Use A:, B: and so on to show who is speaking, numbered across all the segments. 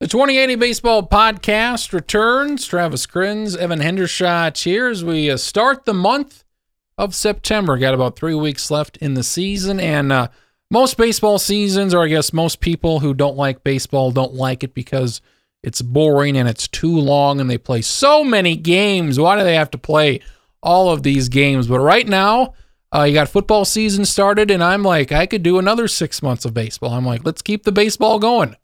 A: 2080 Baseball Podcast returns. Travis Crins, Evan Hendershot here as we uh, start the month of September. Got about three weeks left in the season, and uh, most baseball seasons, or I guess most people who don't like baseball, don't like it because it's boring and it's too long and they play so many games. Why do they have to play all of these games? But right now, uh, you got football season started, and I'm like, I could do another six months of baseball. I'm like, let's keep the baseball going.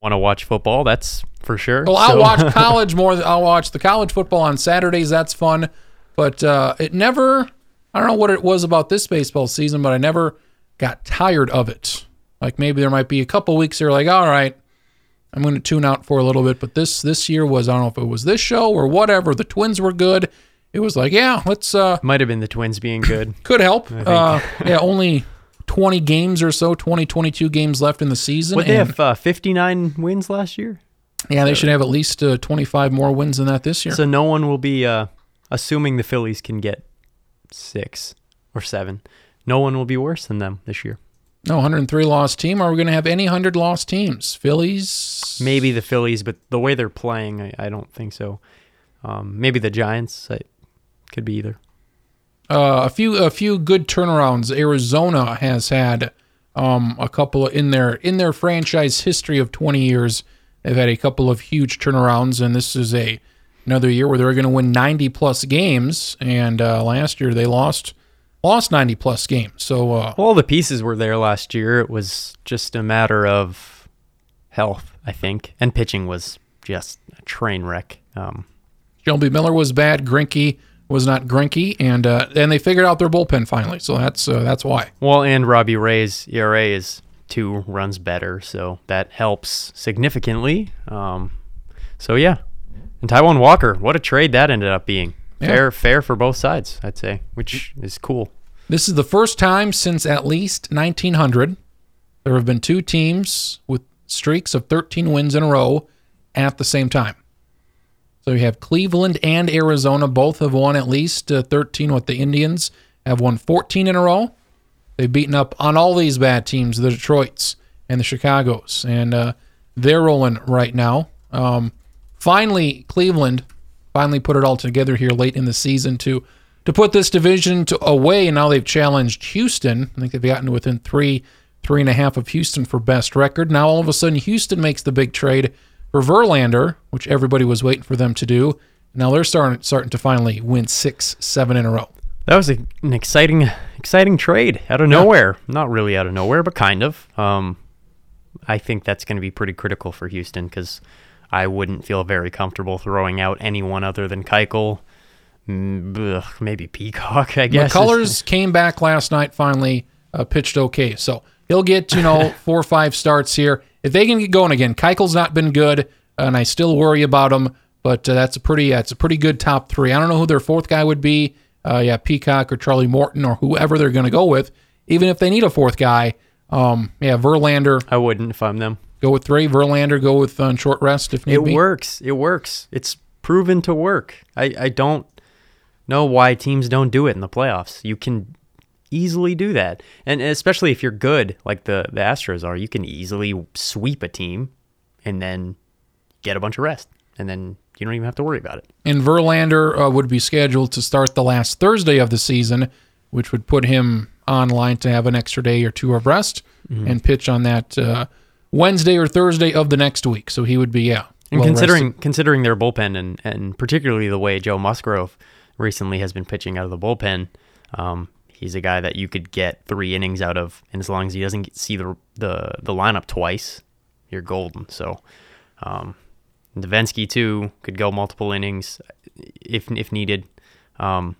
B: want to watch football. That's for sure.
A: Well, Oh, I'll
B: So-
A: watch college more. Than, I'll watch the college football on Saturdays. That's fun, but uh, it never. I don't know what it was about this baseball season, but I never got tired of it. Like maybe there might be a couple weeks you're like, all right, I'm going to tune out for a little bit. But this this year was I don't know if it was this show or whatever. The Twins were good. It was like, yeah, let's uh,
B: Might have been the Twins being good.
A: could help. Uh, yeah, only 20 games or so, 20 22 games left in the season.
B: Would they
A: and-
B: have uh, 59 wins last year?
A: yeah, they should have at least uh, 25 more wins than that this year.
B: So no one will be uh, assuming the Phillies can get six or seven. No one will be worse than them this year.
A: No, 103 loss team. Are we going to have any 100 loss teams? Phillies?
B: Maybe the Phillies, but the way they're playing, I, I don't think so. Um, maybe the Giants. I, could be either.
A: Uh, a few a few good turnarounds. Arizona has had um, a couple in their in their franchise history of 20 years. They've had a couple of huge turnarounds, and this is a another year where they're going to win 90 plus games. And uh, last year they lost lost 90 plus games. So uh,
B: All the pieces were there last year. It was just a matter of health, I think, and pitching was just a train wreck. Um,
A: Shelby Miller was bad. Grinky was not Grinky, and uh, and they figured out their bullpen finally. So that's uh, that's why.
B: Well, and Robbie Ray's ERA is two runs better, so that helps significantly. Um, so yeah, and Taiwan Walker, what a trade that ended up being.
A: Yeah.
B: Fair, fair for both sides, I'd say, which is cool.
A: This is the first time since at least 1900 there have been two teams with streaks of 13 wins in a row at the same time. So you have Cleveland and Arizona both have won at least uh, 13 what the Indians have won 14 in a row. They've beaten up on all these bad teams, the Detroits and the Chicagos, and uh, they're rolling right now. Um, finally, Cleveland finally put it all together here late in the season to to put this division to, away. And now they've challenged Houston. I think they've gotten within three three and a half of Houston for best record. Now all of a sudden, Houston makes the big trade for Verlander, which everybody was waiting for them to do. Now they're starting starting to finally win six, seven in a row.
B: That was a, an exciting, exciting trade out of nowhere. Not really out of nowhere, but kind of. Um, I think that's going to be pretty critical for Houston because I wouldn't feel very comfortable throwing out anyone other than Keuchel, Mm, ugh, maybe Peacock. I guess is-
A: McCullers came back last night. Finally, uh, pitched okay, so he'll get you know four or five starts here if they can get going again. Keuchel's not been good, and I still worry about him. But uh, that's a pretty that's a pretty good top three. I don't know who their fourth guy would be. Uh, yeah, Peacock or Charlie Morton or whoever they're going to go with. Even if they need a fourth guy, um, yeah, Verlander
B: I wouldn't if I'm them.
A: go with three. Verlander go with uh, short rest if need
B: It
A: be.
B: works. It works. It's proven to work. I, I don't know why teams don't do it in the playoffs. You can easily do that. And especially if you're good, like the, the Astros are, you can easily sweep a team and then get a bunch of rest. And then you don't even have to worry about it.
A: And Verlander uh, would be scheduled to start the last Thursday of the season, which would put him online to have an extra day or two of rest
B: Mm-hmm.
A: and pitch on that uh, Wednesday or Thursday of the next week. So he would be, yeah.
B: And
A: well
B: considering
A: rested.
B: considering their bullpen and, and particularly the way Joe Musgrove recently has been pitching out of the bullpen, um, he's a guy that you could get three innings out of, and as long as he doesn't get, see the, the the lineup twice, you're golden. So, um, Davinsky too could go multiple innings if if needed. Um,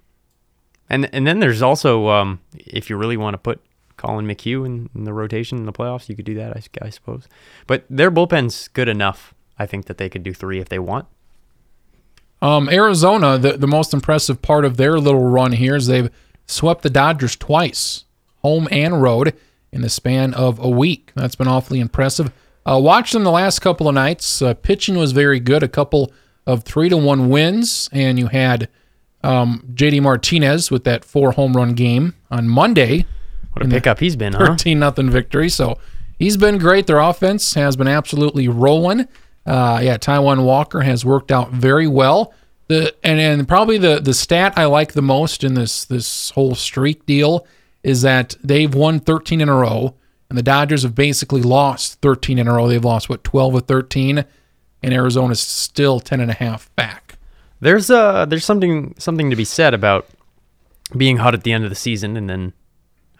B: and and then there's also um, if you really want to put Colin McHugh in, in the rotation in the playoffs, you could do that, I, s- I suppose. But their bullpen's good enough, I think, that they could do three if they want.
A: um, Arizona, the, the most impressive part of their little run here is they've swept the Dodgers twice, home and road, in the span of a week. That's been awfully impressive. Uh, watched them the last couple of nights. Uh, pitching was very good, a couple of three to one wins, and you had um, JD Martinez with that four home run game on Monday.
B: What a pickup he's been, huh?
A: 13 nothing victory. So He's been great. Their offense has been absolutely rolling. Uh, yeah, Taiwan Walker has worked out very well. The and, and probably the the stat I like the most in this this whole streak deal is that they've won 13 in a row, and the Dodgers have basically lost 13 in a row. They've lost what 12 or 13, and Arizona's still 10 and a half back.
B: There's uh there's something something to be said about being hot at the end of the season and then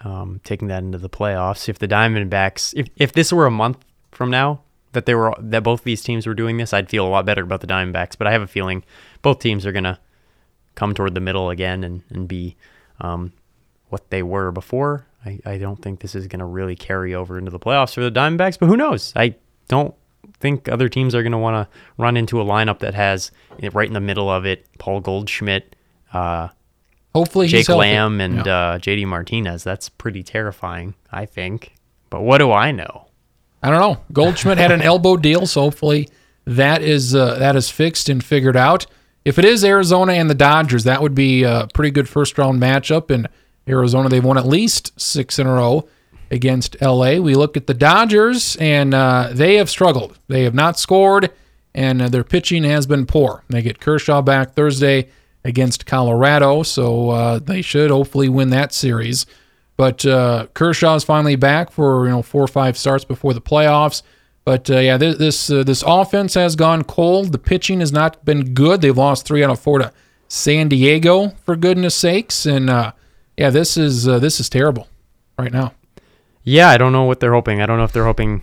B: um, taking that into the playoffs. If the Diamondbacks, if, if this were a month from now that they were that both these teams were doing this, I'd feel a lot better about the Diamondbacks. But I have a feeling both teams are gonna come toward the middle again and and be um, what they were before. I, I don't think this is gonna really carry over into the playoffs for the Diamondbacks. But who knows? I don't think other teams are gonna want to run into a lineup that has it right in the middle of it Paul Goldschmidt. Uh,
A: Hopefully, he's
B: Jake
A: healthy.
B: Lamb and
A: Yeah.
B: uh, JD Martinez. That's pretty terrifying, I think. But what do I know?
A: I don't know. Goldschmidt had an elbow deal, so hopefully that is uh, that is fixed and figured out. If it is Arizona and the Dodgers, that would be a pretty good first round matchup. And Arizona, they've won at least six in a row against LA. We look at the Dodgers, and uh, they have struggled. They have not scored, and uh, their pitching has been poor. They get Kershaw back Thursday against Colorado, so uh, they should hopefully win that series. But uh, Kershaw's finally back for you know four or five starts before the playoffs. But uh, yeah, this this, uh, this offense has gone cold. The pitching has not been good. They've lost three out of four to San Diego for goodness sakes. And uh, yeah, this is uh, this is terrible right now.
B: Yeah, I don't know what they're hoping. I don't know if they're hoping.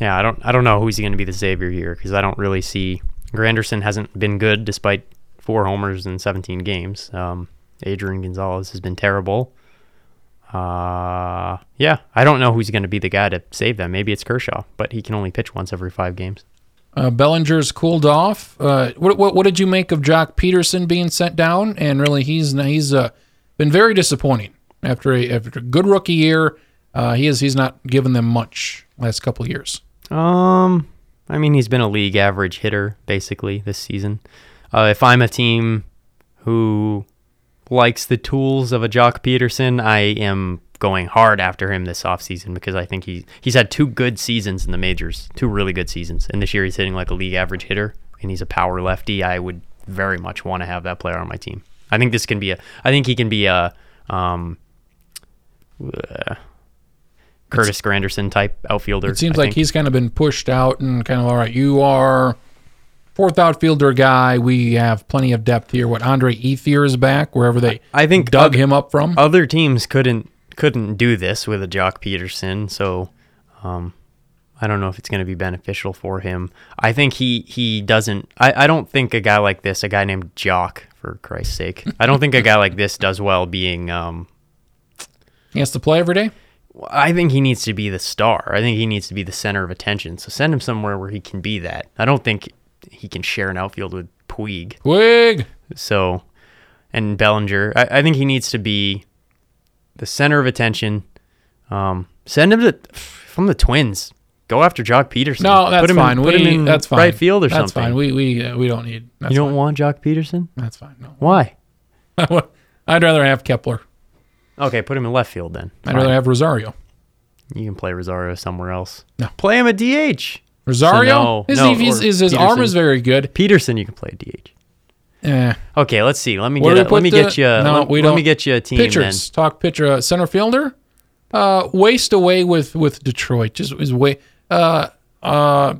B: Yeah, I don't. I don't know who's going to be the savior here because I don't really see. Granderson hasn't been good despite four homers in 17 games. Um, Adrian Gonzalez has been terrible. Uh, yeah, I don't know who's going to be the guy to save them. Maybe it's Kershaw, but he can only pitch once every five games.
A: Uh, Bellinger's cooled off. Uh, what, what what did you make of Jock Peterson being sent down? And really, he's he's uh, been very disappointing after a, after a good rookie year. Uh, he is he's not given them much last couple of years.
B: Um, I mean, he's been a league average hitter basically this season. Uh, if I'm a team who likes the tools of a Jock Peterson, I am going hard after him this offseason because I think he he's had two good seasons in the majors, two really good seasons, and this year he's hitting like a league average hitter, and he's a power lefty. I would very much want to have that player on my team. I think this can be a. I think he can be a. Um, uh, Curtis Granderson type outfielder.
A: It seems
B: I
A: like
B: think.
A: he's kind of been pushed out and kind of all right. You are fourth outfielder guy. We have plenty of depth here. What Andre Ethier is back wherever they
B: I think
A: dug
B: oth-
A: him up from.
B: Other teams couldn't couldn't do this with a Jock Peterson, so um, I don't know if it's going to be beneficial for him. I think he he doesn't. I, I don't think a guy like this, a guy named Jock, for Christ's sake, I don't think a guy like this does well being. Um,
A: he has to play every day.
B: I think he needs to be the star. I think he needs to be the center of attention. So send him somewhere where he can be that. I don't think he can share an outfield with Puig.
A: Wig.
B: So, and Bellinger, I, I think he needs to be the center of attention. Um, send him to from the Twins. Go after Jock Peterson.
A: No, that's
B: put him
A: fine.
B: In,
A: we,
B: put him in
A: that's fine.
B: right field or
A: that's
B: something.
A: fine. We we uh, we don't need. That's
B: you don't
A: fine.
B: want Jock Peterson?
A: That's fine. No.
B: Why?
A: I'd rather have Kepler.
B: Okay, put him in left field then.
A: I'd rather have Rosario.
B: You can play Rosario somewhere else.
A: No.
B: Play him at DH.
A: Rosario.
B: no,
A: his
B: no,
A: his,
B: or
A: his, his arm
B: Peterson.
A: is very good.
B: Peterson, you can play DH.
A: Eh.
B: Okay, let's see. Let me
A: Where do we
B: get. A, let
A: put
B: me
A: the-
B: get you. a-
A: No,
B: let,
A: we
B: let
A: don't-
B: me get you a team.
A: pitchers. Talk pitcher, uh, center fielder. Uh, waste away with with Detroit. Just is way. Uh, uh,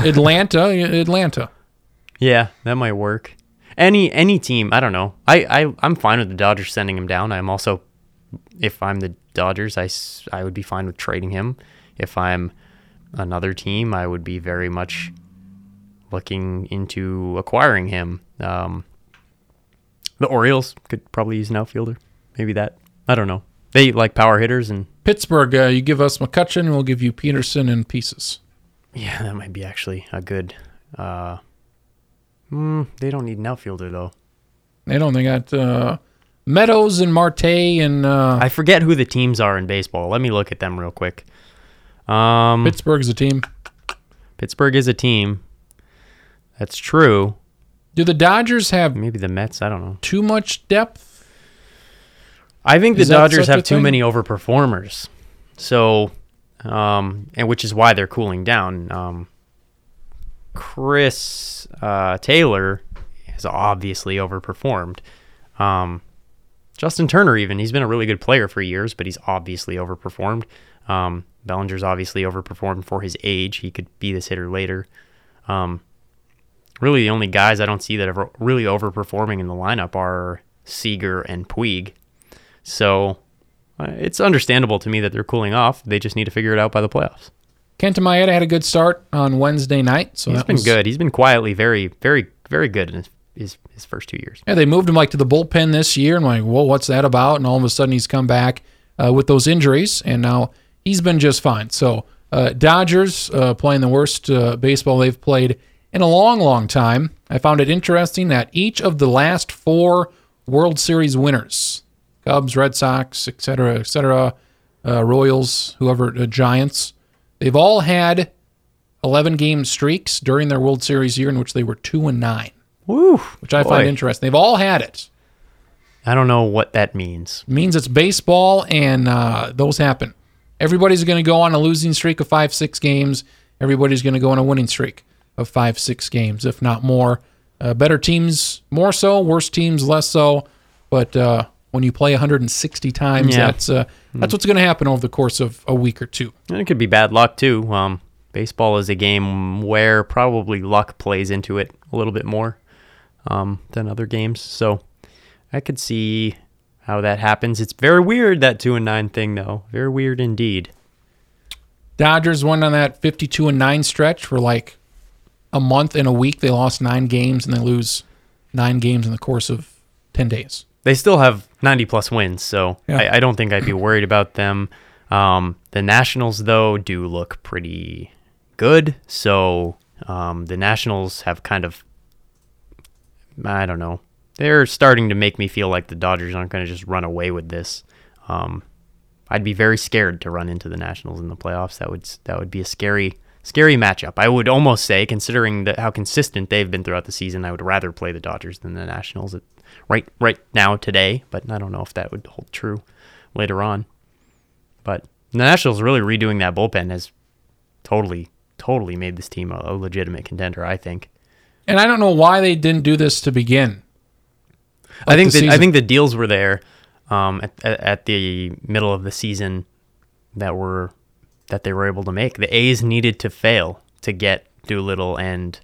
A: Atlanta, Atlanta.
B: Then. Yeah, that might work. Any any team. I don't know. I I I'm fine with the Dodgers sending him down. I'm also, if I'm the Dodgers, I s- I would be fine with trading him. If I'm another team, I would be very much looking into acquiring him. Um, the Orioles could probably use an outfielder. Maybe that. I don't know. They like power hitters and
A: Pittsburgh. Uh, you give us McCutcheon, we'll give you Peterson in pieces.
B: Yeah, that might be actually a good. Uh, mm, they don't need an outfielder though.
A: They don't. They got uh, Meadows and Marte and uh,
B: I forget who the teams are in baseball. Let me look at them real quick. Um,
A: Pittsburgh's a team.
B: Pittsburgh is a team. That's true.
A: Do the Dodgers have
B: Maybe the Mets. I don't know.
A: too much depth?
B: I think
A: Is
B: the
A: that
B: Dodgers
A: such a
B: have too
A: thing?
B: many overperformers. So um, and which is why they're cooling down. Um, Chris uh, Taylor has obviously overperformed. Um, Justin Turner, even he's been a really good player for years, but he's obviously overperformed. Um, Bellinger's obviously overperformed for his age. He could be this hitter later. Um, really, the only guys I don't see that are really overperforming in the lineup are Seager and Puig. So uh, it's understandable to me that they're cooling off. They just need to figure it out by the playoffs.
A: Kenta Maeda had a good start on Wednesday night, so
B: He's
A: that
B: been
A: was
B: good. He's been quietly very, very, very good in his his, his first two years.
A: Yeah, they moved him like to the bullpen this year, and I'm like, whoa, what's that about? And all of a sudden, he's come back uh, with those injuries, and now he's been just fine. So uh, Dodgers uh, playing the worst uh, baseball they've played in a long, long time. I found it interesting that each of the last four World Series winners, Cubs, Red Sox, et cetera, et cetera, uh, Royals, whoever, uh, Giants, they've all had 11 game streaks during their World Series year in which they were 2 and 9
B: Woo!
A: which I find interesting. They've all had it.
B: I don't know what that means.
A: It means it's baseball, and uh, those happen. Everybody's going to go on a losing streak of five, six games. Everybody's going to go on a winning streak of five, six games, if not more. Uh, better teams, more so. Worse teams, less so. But uh, when you play 160 times,
B: Yeah.
A: that's uh, that's what's going to happen over the course of a week or two.
B: And it could be bad luck too. Um, baseball is a game where probably luck plays into it a little bit more um, than other games. So I could see how that happens. It's very weird that two and nine thing though. Very weird indeed.
A: Dodgers went on that 52 and 9 stretch for like a month and a week. They lost nine games, and they lose nine games in the course of 10 days.
B: they still have 90 plus wins, so
A: Yeah.
B: I, I don't think I'd be worried about them. Um, the Nationals, though, do look pretty good. So um, the Nationals have kind of, I don't know, they're starting to make me feel like the Dodgers aren't going to just run away with this. Um, I'd be very scared to run into the Nationals in the playoffs. That would that would be a scary scary matchup. I would almost say, considering that how consistent they've been throughout the season, I would rather play the Dodgers than the Nationals at, right right now today. But I don't know if that would hold true later on. But the Nationals really redoing that bullpen has totally totally made this team a, a legitimate contender. I think.
A: And I don't know why they didn't do this to begin.
B: I think
A: the
B: the, I
A: season.
B: think the deals were there um, at, at at the middle of the season that were that they were able to make. The A's needed to fail to get Doolittle and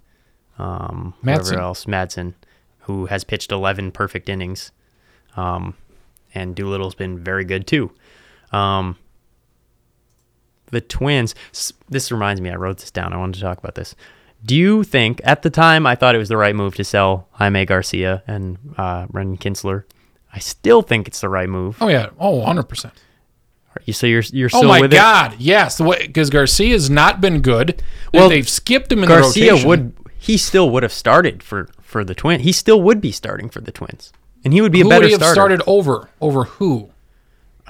B: um,
A: Madsen.
B: whoever else Madsen, who has pitched 11 perfect innings, um, and Doolittle's been very good too. Um, the Twins. s- This reminds me, I wrote this down. I wanted to talk about this. Do you think at the time I thought it was the right move to sell Jaime Garcia and uh, Brendan Kinsler? I still think it's the right move.
A: Oh yeah, oh 100 percent.
B: You so you're you're
A: Oh
B: still
A: my
B: with it.
A: God, yes, because Garcia's not been good. Well,
B: Well,
A: they've skipped him in the
B: Garcia
A: rotation.
B: would he still would have started for for the Twins. He still would be starting for the Twins, and he would be
A: Who
B: a better
A: would he have
B: starter.
A: started over? Over who?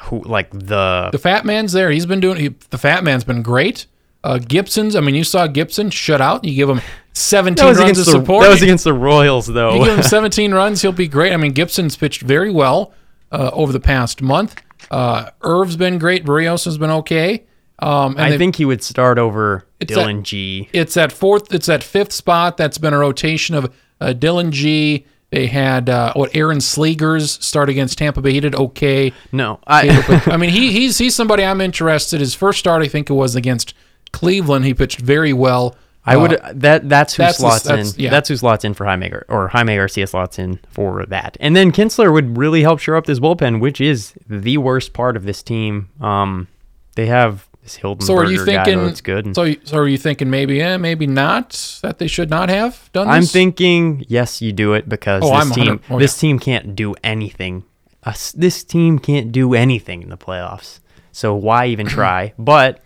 B: Who like the
A: The fat man's there. He's been doing. He, the fat man's been great. Uh, Gibson's. I mean, you saw Gibson shut out. You give him 17
B: that was
A: runs of
B: against the
A: support.
B: that was against the Royals though.
A: You give him 17 runs, he'll be great. I mean, Gibson's pitched very well uh, over the past month. Uh, Irv's been great. Barrios has been okay. Um, and
B: I
A: they
B: think he would start over
A: It's
B: Dylan G.
A: it's that fourth, it's that fifth spot that's been a rotation of uh, Dylan G. They had uh, what Aaron Sleegers start against Tampa Bay. He did okay.
B: No, I
A: I mean, he, he's he's somebody I'm interested. His first start, I think it was against Cleveland. He pitched very well. Uh,
B: I would that that's who
A: that's the-
B: slots
A: that's-
B: in.
A: yeah.
B: That's who slots in for Jaime Gar- or Jaime Garcia slots in for that. And then Kinsler would really help shore up this bullpen, which is the worst part of this team. Um, they have this Hildenberger
A: So are you
B: guy
A: thinking?
B: that's good. and-
A: So so are you thinking maybe eh, maybe not that they should not have done this?
B: I'm thinking yes, you do it because
A: Oh,
B: this
A: I'm a hundred-
B: team
A: oh,
B: this team can't do anything. Us this team can't do anything in the playoffs. So why even try? but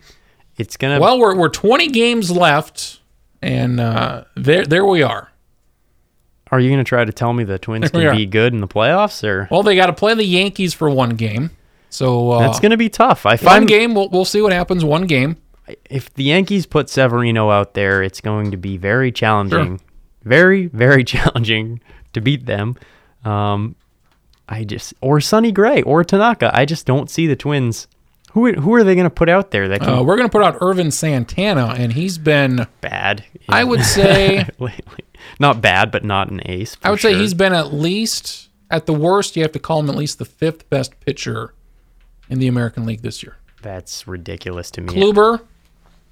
B: it's gonna
A: Well, we're, we're 20 games left, and uh, there there we are.
B: Are you going to try to tell me the Twins
A: we
B: can
A: are.
B: be good in the playoffs, or
A: Well, they got to play the Yankees for one game, so uh,
B: that's going to be tough? I
A: one
B: find
A: game. We'll, we'll see what happens. One game.
B: if the Yankees put Severino out there, it's going to be very challenging, very very challenging to beat them. Um, I just or Sonny Gray or Tanaka. I just don't see the Twins, Who who are they going to put out there that can
A: Uh, we're going to put out Irvin Santana, and he's been,
B: bad?
A: Oh. I would say,
B: lately. Not bad, but not an ace. for
A: I would say
B: sure.
A: he's been at least, at the worst, you have to call him at least the fifth best pitcher in the American League this year.
B: That's ridiculous to me.
A: Kluber,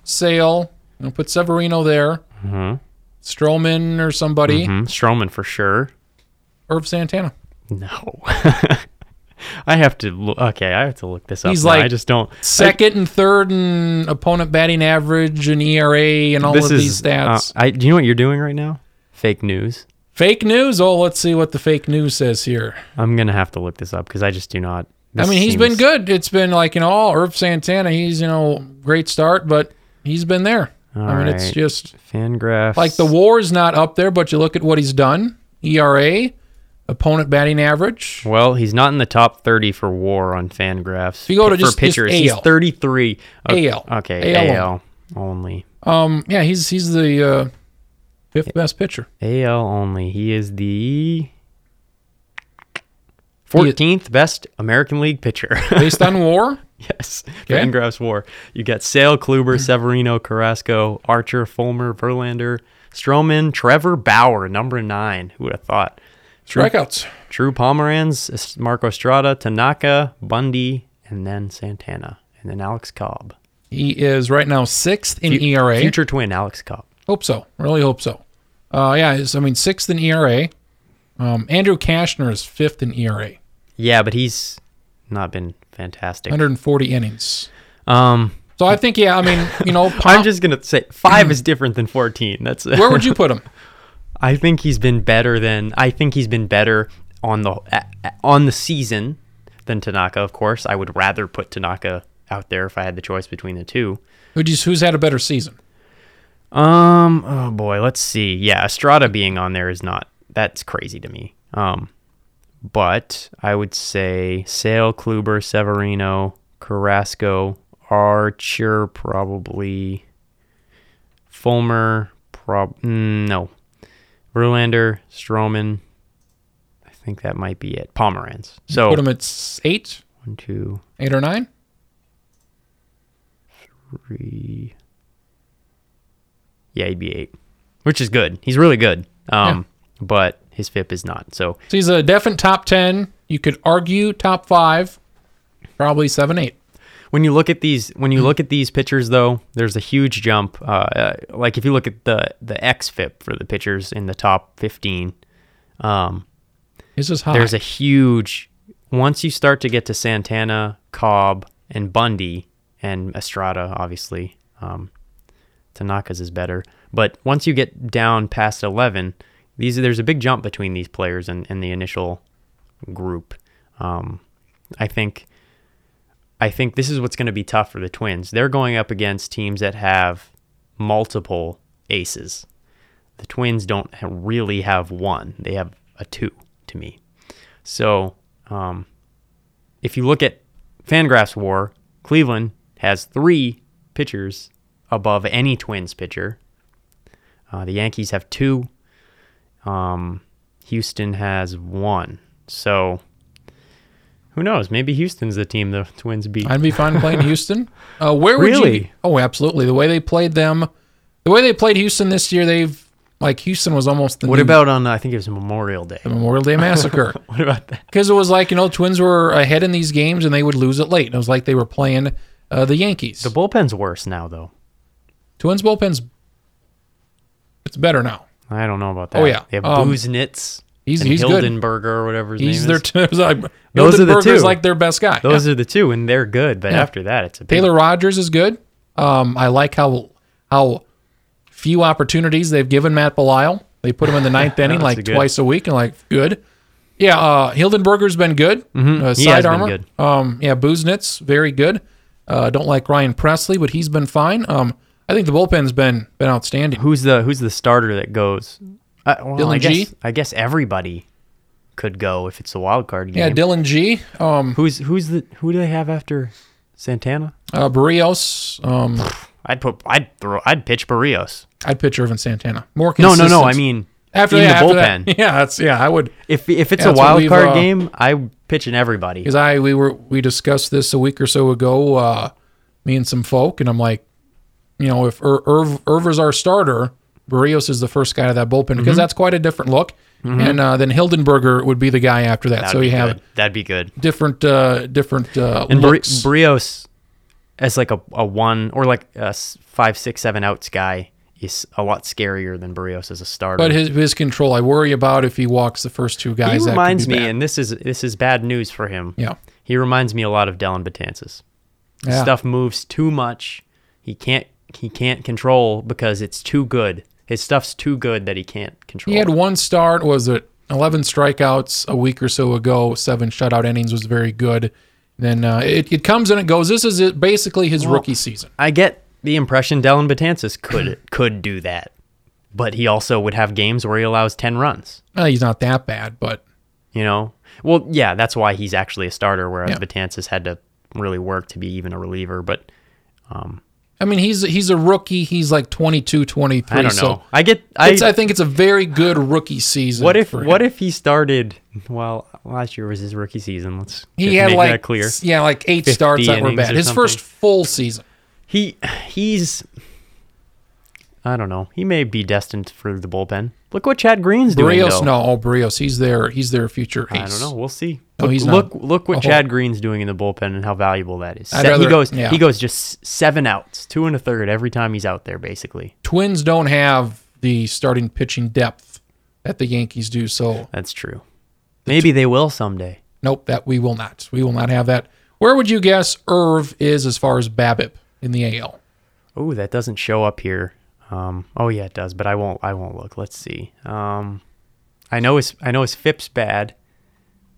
A: Sale, I'm going to put Severino there,
B: Mhm.
A: Stroman or somebody,
B: Mhm. Stroman for sure.
A: Irv Santana.
B: No. I have to look. Okay, I have to look this up.
A: He's
B: now. I
A: like
B: just don't.
A: Second and third and opponent batting average and ERA and all
B: this
A: of these
B: is
A: stats.
B: uh, I do you know what you're doing right now? Fake news.
A: fake news? Oh, let's see what the fake news says here.
B: I'm gonna have to look this up because I just do not.
A: I
B: this
A: mean, he's been
B: seems-
A: good. It's been like, you know, all Irv Santana, he's, you know, great start, but he's been there. I mean, it's
B: Alright.
A: just
B: Fangraphs.
A: like the war is not up there, but you look at what he's done ERA, opponent batting average.
B: Well, he's not in the top 30 for WAR on Fangraphs. If
A: you go to
B: for
A: just- just
B: pitchers,
A: AL.
B: he's 33. O-
A: AL.
B: Okay,
A: AL.
B: AL, only.
A: Um, yeah, he's he's the uh, fifth best pitcher.
B: AL only. He is the 14th best American League pitcher.
A: Based on war,
B: yes,
A: Okay.
B: Fangraphs WAR. You got Sale, Kluber, Severino, Carrasco, Archer, Fulmer, Verlander, Stroman, Trevor Bauer, number nine. Who would have thought?
A: strikeouts.
B: Drew Pomeranz, Marco Estrada, Tanaka, Bundy, and then Santana, and then Alex Cobb.
A: He is right now sixth in
B: Fu-
A: ERA.
B: Future twin Alex Cobb.
A: Hope so. Really hope so. Uh, yeah, he's- I mean, sixth in ERA. Um, Andrew Kashner is fifth in E ERA,
B: Yeah, but he's not been fantastic.
A: 140 innings.
B: Um,
A: So I think, yeah, I mean, you know,
B: I'm
A: Pom-
B: just gonna say five is different than fourteen. That's
A: where would you put him?
B: I think he's been better than I think he's been better on the a- a- on the season than Tanaka. Of course, I would rather put Tanaka out there if I had the choice between the two.
A: Who just, who's had a better season?
B: Um. Oh boy. Let's see. Yeah, Estrada being on there is not. That's crazy to me. Um, but I would say Sale, Kluber, Severino, Carrasco, Archer, probably. Fulmer, prob mm, no. Verlander, Stroman. I think that might be it. Pomeranz. So
A: Put him at s- eight,
B: one, two,
A: eight or nine.
B: three. Yeah, he'd be eight, which is good. He's really good. Um, but his FIP is not. So
A: So he's a definite top ten. You could argue top five, probably seven, eight.
B: when you look at these, when you look at these pitchers, though, there's a huge jump. Uh, uh, like if you look at the the X FIP for the pitchers in the top 15, um,
A: This is high.
B: there's a huge. Once you start to get to Santana, Cobb, and Bundy, and Estrada, obviously, um, Tanaka's is better. But once you get down past 11, these there's a big jump between these players and, and the initial group. Um, I think I think this is what's going to be tough for the Twins. They're going up against teams that have multiple aces. The Twins don't ha- really have one; they have a two to me. So, um, if you look at Fangraphs WAR, Cleveland has three pitchers above any Twins pitcher. Uh, the Yankees have two. Um, Houston has one. So, who knows? Maybe Houston's the team the Twins beat.
A: I'd be fine playing Houston. Uh, where would you?
B: Really?
A: Oh, absolutely. The way they played them, the way they played Houston this year, they've like Houston was almost the
B: what
A: new-
B: about on? I think it was Memorial Day.
A: the Memorial Day Massacre?
B: What about that?
A: Because it was like you know, Twins were ahead in these games and they would lose it late. And it was like they were playing uh, the Yankees.
B: The bullpen's worse now, though.
A: Twins bullpens, it's better now.
B: I don't know about that.
A: Oh, yeah.
B: they have
A: Um,
B: Booznitz
A: he's-
B: and
A: he's good.
B: Hildenberger or whatever his
A: He's
B: name
A: their
B: is.
A: t- like,
B: Those are the
A: Hildenberger's
B: two.
A: like their best guy.
B: Those are the two, and they're good. But
A: Yeah.
B: after that, it's a big-
A: Taylor Rogers is good. Um, I like how how few opportunities they've given Matt Belisle. They put him in the ninth inning
B: That's
A: like
B: a good-
A: twice a week and like good. Yeah, uh, Hildenberger's been good. Uh,
B: Mm-hmm. He
A: side
B: has been
A: armor.
B: good.
A: Um, yeah, Booznitz, very good. Uh, don't like Ryan Presley, but he's been fine. Um, I think the bullpen's been been outstanding.
B: Who's the who's the starter that goes? Uh, well, I
A: Dylan G?
B: guess I guess everybody could go if it's a wild card game.
A: Yeah, Dylan G, um,
B: who's who's the who do they have after Santana?
A: uh, Barrios. Um,
B: I'd put I'd throw I'd pitch Barrios.
A: I'd pitch Irvin Santana. More
B: No, no, no. I
A: consistent.
B: mean
A: after,
B: in
A: yeah,
B: the
A: after
B: bullpen.
A: That, yeah, that's yeah. I would.
B: If if it's
A: Yeah,
B: a
A: that's what
B: wild
A: we've,
B: card
A: uh,
B: game, I pitching everybody.
A: because I we were we discussed this a week or so ago, uh, me and some folk, and I'm like, you know, if Ir- Irv, Irv is our starter, Barrios is the first guy to that bullpen
B: Mm-hmm.
A: because that's quite a different look, and uh, then Hildenberger would be the guy after that.
B: That'd
A: so
B: Mm-hmm. be
A: you have
B: good. that'd be good.
A: different uh, different uh,
B: And Bri-
A: looks.
B: Brios as like a, a one or like a s- five, six, seven outs guy is a lot scarier than Brios as a starter.
A: but his his control, I worry about if he walks the first two guys.
B: he
A: that could
B: reminds
A: be
B: me,
A: bad.
B: and this is this is bad news for him.
A: yeah,
B: He reminds me a lot of Dellin Batanzas.
A: yeah,
B: Stuff moves too much. He can't he can't control because it's too good. His stuff's too good that he can't control.
A: He had one start, was it 11 strikeouts a week or so ago, seven shutout innings was very good. Then uh, it, it comes and it goes. This is it, basically his rookie season.
B: I get the impression Dellin Batanzas could could do that, but he also would have games where he allows ten runs.
A: Uh, he's not that bad, but
B: You know, well, yeah, that's why he's actually a starter, whereas
A: Yeah.
B: Batanzas had to really work to be even a reliever. But
A: I mean, he's he's a rookie. He's like 22, 23.
B: I don't know.
A: So
B: I get.
A: it's, I, think it's a very good rookie season.
B: What if
A: for him.
B: what if he started? Well, last year was his rookie season. Let's
A: he
B: just
A: had
B: make
A: like
B: that clear.
A: s- yeah, like eight
B: 50
A: starts that were
B: innings
A: bad.
B: or
A: His first full season.
B: He he's I don't know. He may be destined for the bullpen. Look what Chad Green's doing.
A: Barrios,
B: though.
A: no, oh Barrios, he's their he's their future ace.
B: I don't know. We'll see.
A: No, Oh,
B: look,
A: he's
B: look,
A: not.
B: look what
A: I'll
B: Chad Green's doing in the bullpen and how valuable that is.
A: I'd
B: Se- he
A: rather-
B: goes
A: yeah.
B: he goes just seven outs, two and a third every time he's out there, basically.
A: Twins don't have the starting pitching depth that the Yankees do, so
B: That's true. Maybe they will someday.
A: Nope, that we will not. We will not have that. Where would you guess Irv is as far as BABIP in the AL?
B: Oh, that doesn't show up here. Um, oh yeah, it does, but I won't. I won't look. Let's see. Um, I know his I know his FIP's bad,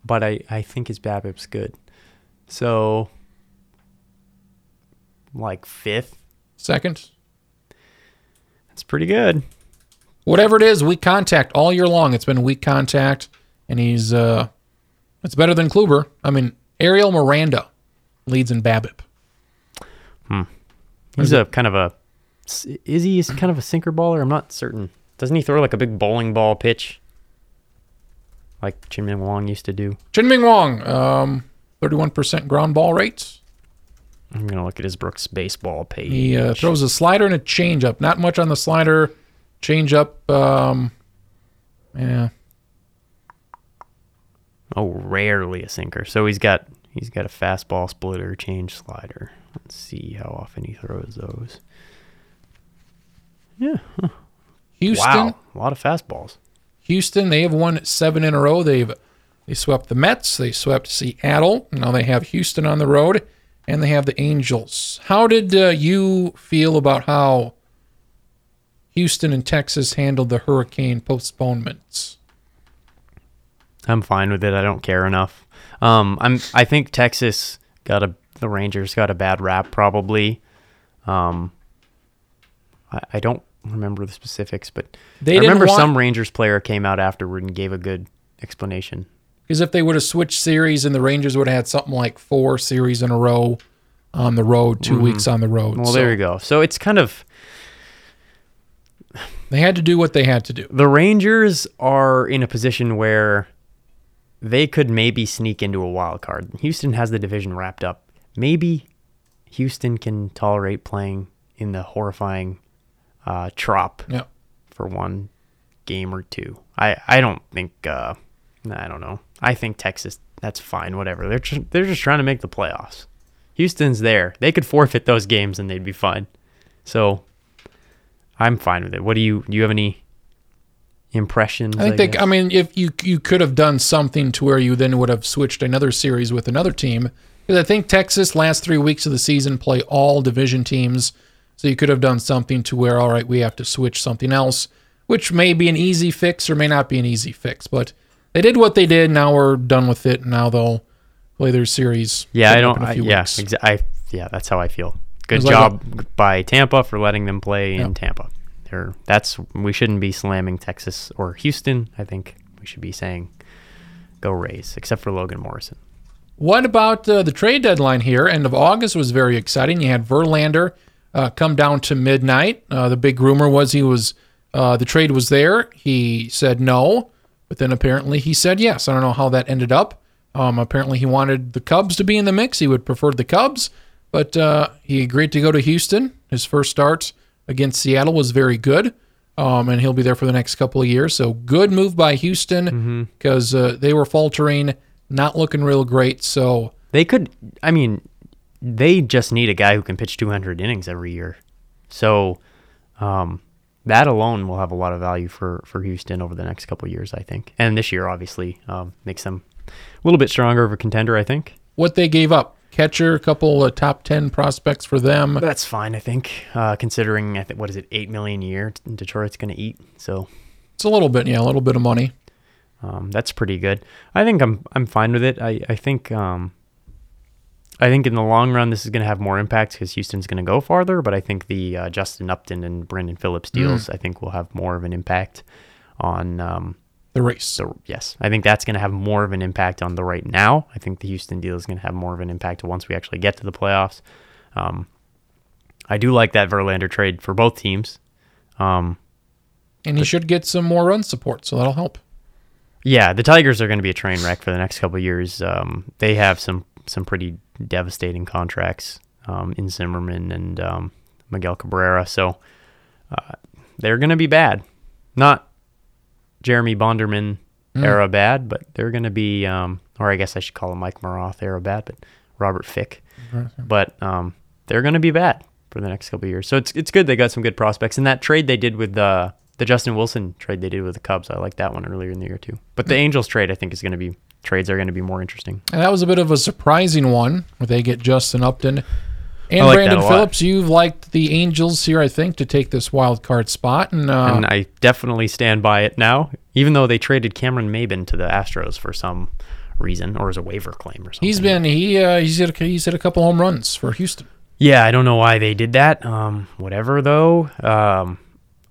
B: but I I think his BABIP's good. So, like fifth,
A: Second?
B: that's pretty good.
A: Whatever it is, weak contact all year long. It's been weak contact, and he's uh, it's better than Kluber. I mean, Ariel Miranda leads in BABIP.
B: He's a kind of a is he s- kind of a sinker baller? I'm not certain. Doesn't he throw like a big bowling ball pitch, like Chin Min Wong used to do?
A: Chin Ming Wong, um, 31% ground ball rate.
B: I'm gonna look at his Brooks baseball page.
A: He uh, throws a slider and a changeup. Not much on the slider. Changeup, um, yeah,
B: Oh, rarely a sinker. So he's got he's got a fastball, splitter, change, slider. Let's see how often he throws those. Yeah. huh.
A: Houston.
B: Wow. A lot of fastballs.
A: Houston, they have won seven in a row. They've they swept the Mets, they swept Seattle. Now they have Houston on the road, and they have the Angels. How did uh, you feel about how Houston and Texas handled the hurricane postponements?
B: I'm fine with it. I don't care enough. Um, I'm I think Texas got a the Rangers got a bad rap probably. Um, I, I don't remember the specifics, but
A: They
B: I
A: didn't
B: remember
A: want-
B: some Rangers player came out afterward and gave a good explanation.
A: Because if they would have switched series, and the Rangers would have had something like four series in a row on the road, 2 weeks on the road.
B: Mm-hmm. Well,
A: so
B: there you go. So it's kind of
A: They had to do what they had to do.
B: the Rangers are in a position where they could maybe sneak into a wild card. Houston has the division wrapped up. Maybe Houston can tolerate playing in the horrifying uh, trop
A: Yeah.
B: for one game or two. I, I don't think uh, I don't know. I think Texas that's fine. Whatever they're tr- they're just trying to make the playoffs. Houston's there. They could forfeit those games and they'd be fine. So I'm fine with it. What do you do? You have any impressions?
A: I think they.
B: guess?
A: I mean, if you you could have done something to where you then would have switched another series with another team, because I think Texas last three weeks of the season play all division teams, so you could have done something to where all right, we have to switch something else, which may be an easy fix or may not be an easy fix, but they did what they did. Now we're done with it. and Now they'll play their series.
B: yeah, I
A: coming up
B: don't.
A: in a
B: I,
A: few
B: yeah,
A: weeks.
B: exa- I yeah, that's how I feel. Good
A: was like
B: job by Tampa for letting them play in
A: Yeah.
B: Tampa. They're, that's we shouldn't be slamming Texas or Houston. I think we should be saying go Rays, except for Logan Morrison.
A: What about uh, the trade deadline here? End of August was very exciting. You had Verlander uh, come down to midnight. Uh, the big rumor was he was uh, the trade was there. He said no, but then apparently he said yes. I don't know how that ended up. Um, apparently, he wanted the Cubs to be in the mix. He would prefer the Cubs, but uh, he agreed to go to Houston. His first start against Seattle was very good, um, and he'll be there for the next couple of years. So, good move by
B: Mm-hmm.
A: Houston because uh, they were faltering, not looking real great. So,
B: They could, I mean, they just need a guy who can pitch 200 innings every year. So um, that alone will have a lot of value for, for Houston over the next couple of years, I think. And this year, obviously, um, makes them a little bit stronger of a contender, I think.
A: what they gave up catcher, a couple of top 10 prospects for them.
B: That's fine, I think, uh, considering, I think, what is it, 8 million a year Detroit's going to eat. So
A: It's a little bit, yeah, a little bit of money.
B: Um, that's pretty good. I think I'm I'm fine with it. I I think um, I think in the long run this is going to have more impact because Houston's going to go farther. But I think the uh, Justin Upton and Brendan Phillips deals I think will have more of an impact on. Um,
A: The race.
B: so yes, I think that's going to have more of an impact on the right now. I think the Houston deal is going to have more of an impact once we actually get to the playoffs. Um, I do like that Verlander trade for both teams. Um,
A: And he should get some more run support, so that'll help.
B: Yeah, the Tigers are going to be a train wreck for the next couple of years. Um, they have some some pretty devastating contracts um, in Zimmerman and um, Miguel Cabrera, so uh, they're going to be bad. Not Jeremy Bonderman era bad, but they're going to be, um, or I guess I should call him Mike Maroth era bad, but Robert Fick. But um, they're going to be bad for the next couple of years. So it's it's good they got some good prospects. And that trade they did with the the Justin Wilson trade they did with the Cubs, I like that one earlier in the year too. But
A: Mm.
B: the Angels trade I think is going to be trades are going to be more interesting.
A: And that was a bit of a surprising one where they get Justin Upton and
B: I like that
A: Brandon
B: a lot.
A: Phillips. You've liked the Angels here, I think, to take this wild card spot. And, uh,
B: and I definitely stand by it now, even though they traded Cameron Maben to the Astros for some reason or as a waiver claim or something.
A: he's been he uh, he's hit a, he's hit a couple home runs for Houston.
B: Yeah, I don't know why they did that. Um, whatever though. Um,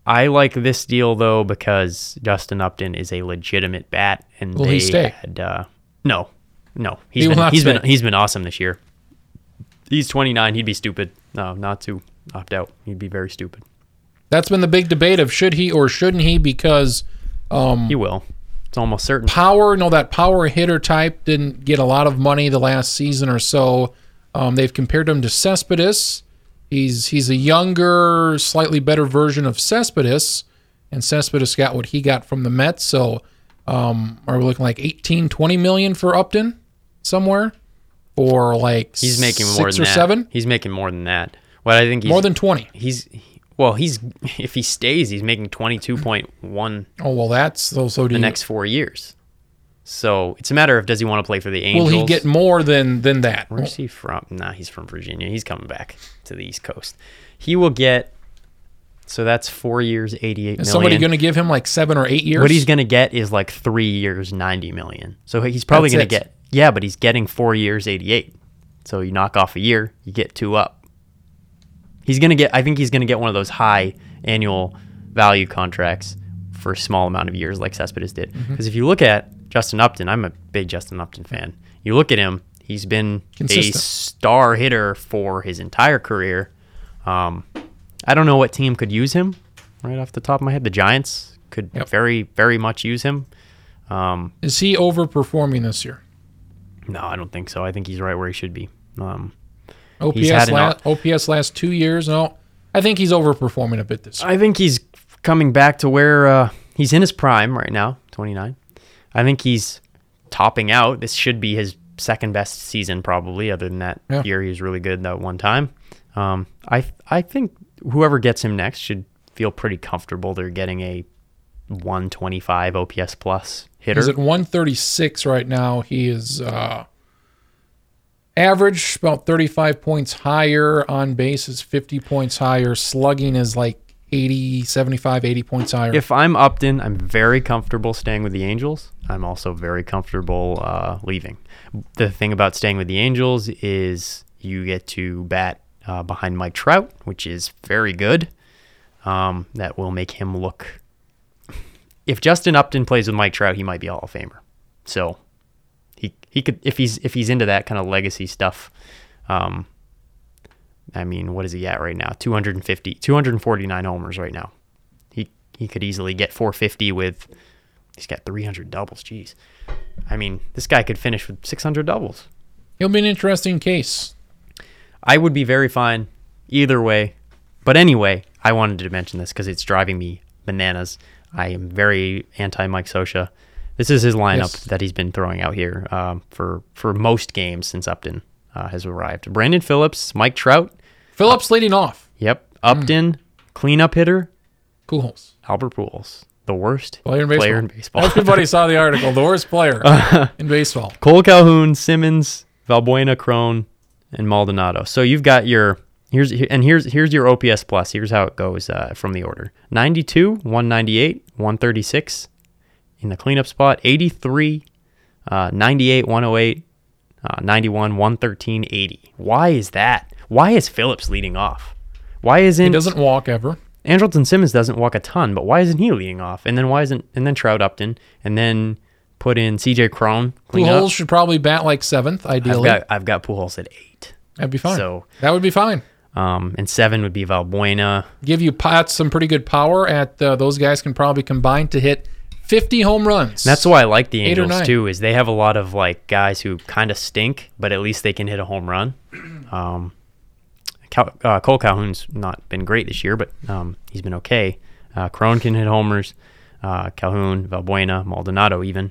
B: I like this deal though because Justin Upton is a legitimate bat, and
A: Will
B: they
A: he stay?
B: had uh, no, no. He's
A: He will
B: been
A: not
B: he's
A: stay.
B: been he's been awesome this year. He's 29. He'd be stupid no, not to opt out. He'd be very stupid.
A: That's been the big debate of should he or shouldn't he because Hmm.
B: He will. It's almost certain.
A: power, no, that power hitter type didn't get a lot of money the last season or so. Um, they've compared him to Cespedes. He's he's a younger, slightly better version of Cespedes, and Cespedes got what he got from the Mets. So um, are we looking like 18, 20 million for Upton somewhere? Or like
B: He's making more
A: six
B: than
A: or
B: that.
A: seven?
B: He's making more than that. What I think he's
A: More than 20.
B: he's he- well, he's if he stays, he's making 22.1
A: Oh, well, that's so, so do
B: the
A: you-
B: next four years. So it's a matter of does he want to play for the
A: Will
B: Angels?
A: he get more than than that?
B: Where's he from? Nah, he's from Virginia. He's coming back to the East Coast. He will get. So that's four years, eighty-eight
A: Is
B: million.
A: somebody going to give him like seven or eight years?
B: what he's going to get is like three years, ninety million. So he's probably
A: That's
B: going to
A: it.
B: get. Yeah, but he's getting four years, eighty-eight. So you knock off a year, you get two up. He's going to get. I think he's going to get one of those high annual value contracts for a small amount of years, like Cespedes did. Because
A: Mm-hmm.
B: if you look at Justin Upton, I'm a big Justin Upton fan. You look at him; he's been
A: Consistent.
B: a star hitter for his entire career. Um, I don't know what team could use him right off the top of my head. The Giants could
A: Yep.
B: very, very much use him. Um,
A: Is he overperforming this year?
B: no, I don't think so. I think he's right where he should be. Um, He's
A: OPS
B: had an
A: last OPS last two years. No, I think he's overperforming a bit this year.
B: I think he's coming back to where uh, he's in his prime right now, 29. I think he's topping out. This should be his second best season, probably, other than that
A: Yeah.
B: year he was really good that one time. Um, I I think whoever gets him next should feel pretty comfortable. They're getting a 125 OPS plus hitter.
A: He's at 136 right now. He is uh, average about 35 points higher. On base is 50 points higher. Slugging is like 80, 75, 80 points higher.
B: if I'm Upton, I'm very comfortable staying with the Angels. I'm also very comfortable uh, leaving. The thing about staying with the Angels is you get to bat uh, behind Mike Trout, which is very good. Um, that will make him look. If Justin Upton plays with Mike Trout, he might be a Hall of Famer. So he he could if he's if he's into that kind of legacy stuff. Um, I mean, what is he at right now? 250, 249 homers right now he he could easily get 450 with he's got 300 doubles. Jeez, I mean, this guy could finish with 600 doubles.
A: It'll be an interesting case.
B: I would be very fine either way. But anyway, I wanted to mention this because it's driving me bananas. I am very anti Mike Sosha. This is his lineup
A: Yes.
B: that he's been throwing out here um, for for most games since Upton uh, has arrived. Brandon Phillips, Mike Trout.
A: Phillips leading off.
B: Yep,
A: Hmm.
B: Upton, cleanup hitter
A: Pujols.
B: Albert Pujols, the worst
A: Player in baseball.
B: Player in baseball.
A: Everybody saw the article. The worst player in baseball.
B: Cole Calhoun, Simmons, Valbuena, Crone, and Maldonado. So you've got your here's and here's here's your OPS plus. Here's how it goes uh, from the order: 92, 198, 136 in the cleanup spot, 83, uh, 98, 108, uh, 91, 113, 80. Why is that? Why is Phillips leading off? Why
A: He
B: isn't
A: doesn't walk ever.
B: Andrelton Simmons doesn't walk a ton, but why isn't he leading off? And then why isn't and then Trout Upton and then put in C.J. Crone clean up?
A: Pujols should probably bat like seventh,
B: I've
A: ideally.
B: got I've got Pujols at eight.
A: That'd be fine.
B: So-
A: that would be fine.
B: Um, and seven would be Valbuena.
A: Give you Pats some pretty good power. At uh, those guys can probably combine to hit 50 home runs.
B: That's why I like the
A: Eight or
B: Angels
A: nine.
B: too, is they have a lot of like guys who kind of stink, but at least they can hit a home run. Um, Cal- uh, Cole Calhoun's not been great this year, but um, he's been okay. Uh, Crone can hit homers. Uh, Calhoun, Valbuena, Maldonado, even.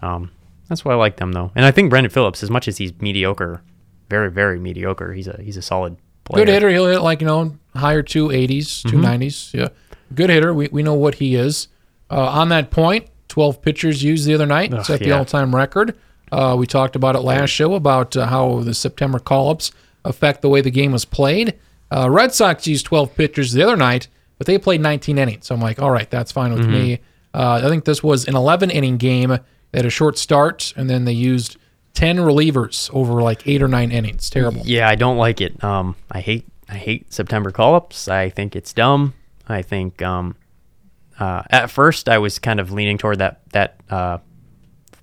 B: Um, that's why I like them though, and I think Brandon Phillips, as much as he's mediocre, very very mediocre, he's a he's a solid player. Mm-hmm.
A: good hitter. He'll hit like you know higher two eighties, two nineties. Yeah, good hitter. We we know what he is. Uh, on that point, twelve pitchers used the other night.
B: Ugh,
A: set the
B: yeah.
A: all time record. Uh, we talked about it last show about uh, how the September call ups affect the way the game was played. Uh, Red Sox used twelve pitchers the other night, but they played nineteen innings. So I'm like, all right, that's fine with me.
B: Mm-hmm.
A: Uh, I think this was an eleven inning game. They had a short start, and then they used ten relievers over like eight or nine innings. Terrible.
B: Yeah, I don't like it. Um, I hate I hate September call ups. I think it's dumb. I think um, uh, at first I was kind of leaning toward that that uh,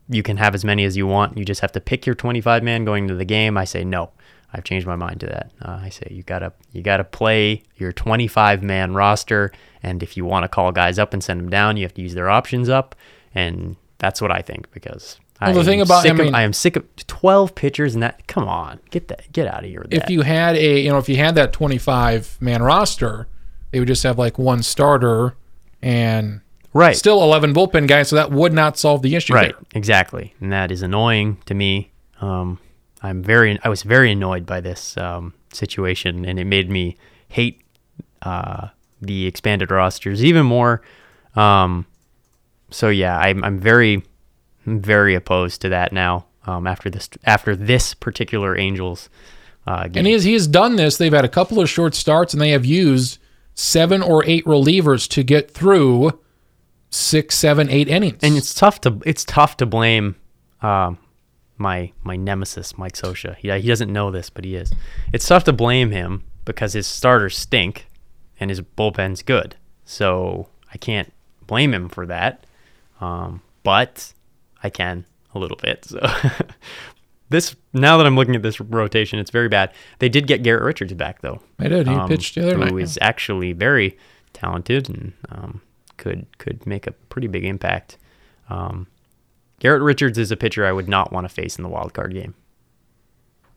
B: you can have as many as you want. You just have to pick your 25 man going to the game. I say no. I've changed my mind to that. Uh, I say you gotta you gotta play your 25 man roster, and if you want to call guys up and send them down, you have to use their options up, and that's what I think because.
A: Well, the
B: I
A: thing
B: am
A: about- I
B: sick of-
A: mean-
B: I am sick of 12 pitchers and that. Come on, get that, get out of here. With
A: if
B: that.
A: you had a you know if you had that 25 man roster they would just have like one starter and
B: right,
A: still 11 bullpen guys so that would not solve the issue
B: right,
A: there.
B: exactly, and that is annoying to me. Um, I'm very, I was very annoyed by this um, situation, and it made me hate uh, the expanded rosters even more. Um, so yeah, I'm, I'm very, I'm very opposed to that now. Um, after this, after this particular Angels uh, game,
A: and he has, he has done this they've had a couple of short starts and they have used seven or eight relievers to get through six seven eight innings
B: and it's tough to it's tough to blame um, my my nemesis Mike Sosha. He he doesn't know this, but he is. It's tough to blame him because his starters stink and his bullpen's good. So I can't blame him for that. Um, but I can a little bit. So this now that I'm looking at this rotation, it's very bad. They did get Garrett Richards back though
A: i did he
B: um,
A: pitched the other
B: who
A: night
B: is actually very talented and um, could could make a pretty big impact. Um, Garrett Richards is a pitcher I would not want to face in the wild card game.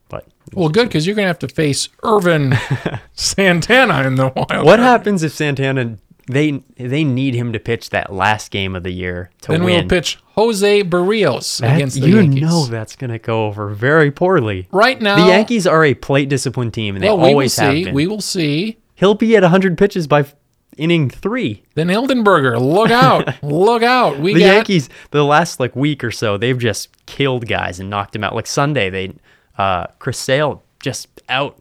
B: But
A: well good because you're gonna have to face irvin santana in the wild
B: what happens if Santana? They they need him to pitch that last game of the year to
A: then
B: win.
A: we'll pitch jose barrios
B: That-
A: against the
B: you
A: yankees
B: know that's going to go over very poorly.
A: right now
B: The Yankees are a plate discipline team, and they
A: well, we will
B: always have
A: see
B: been.
A: we will see
B: He'll be at 100 pitches by f- inning three.
A: Then Hildenberger, look out, look out. We
B: the
A: got
B: Yankees, the last like week or so, they've just killed guys and knocked them out. Like Sunday, they uh, Chris Sale just out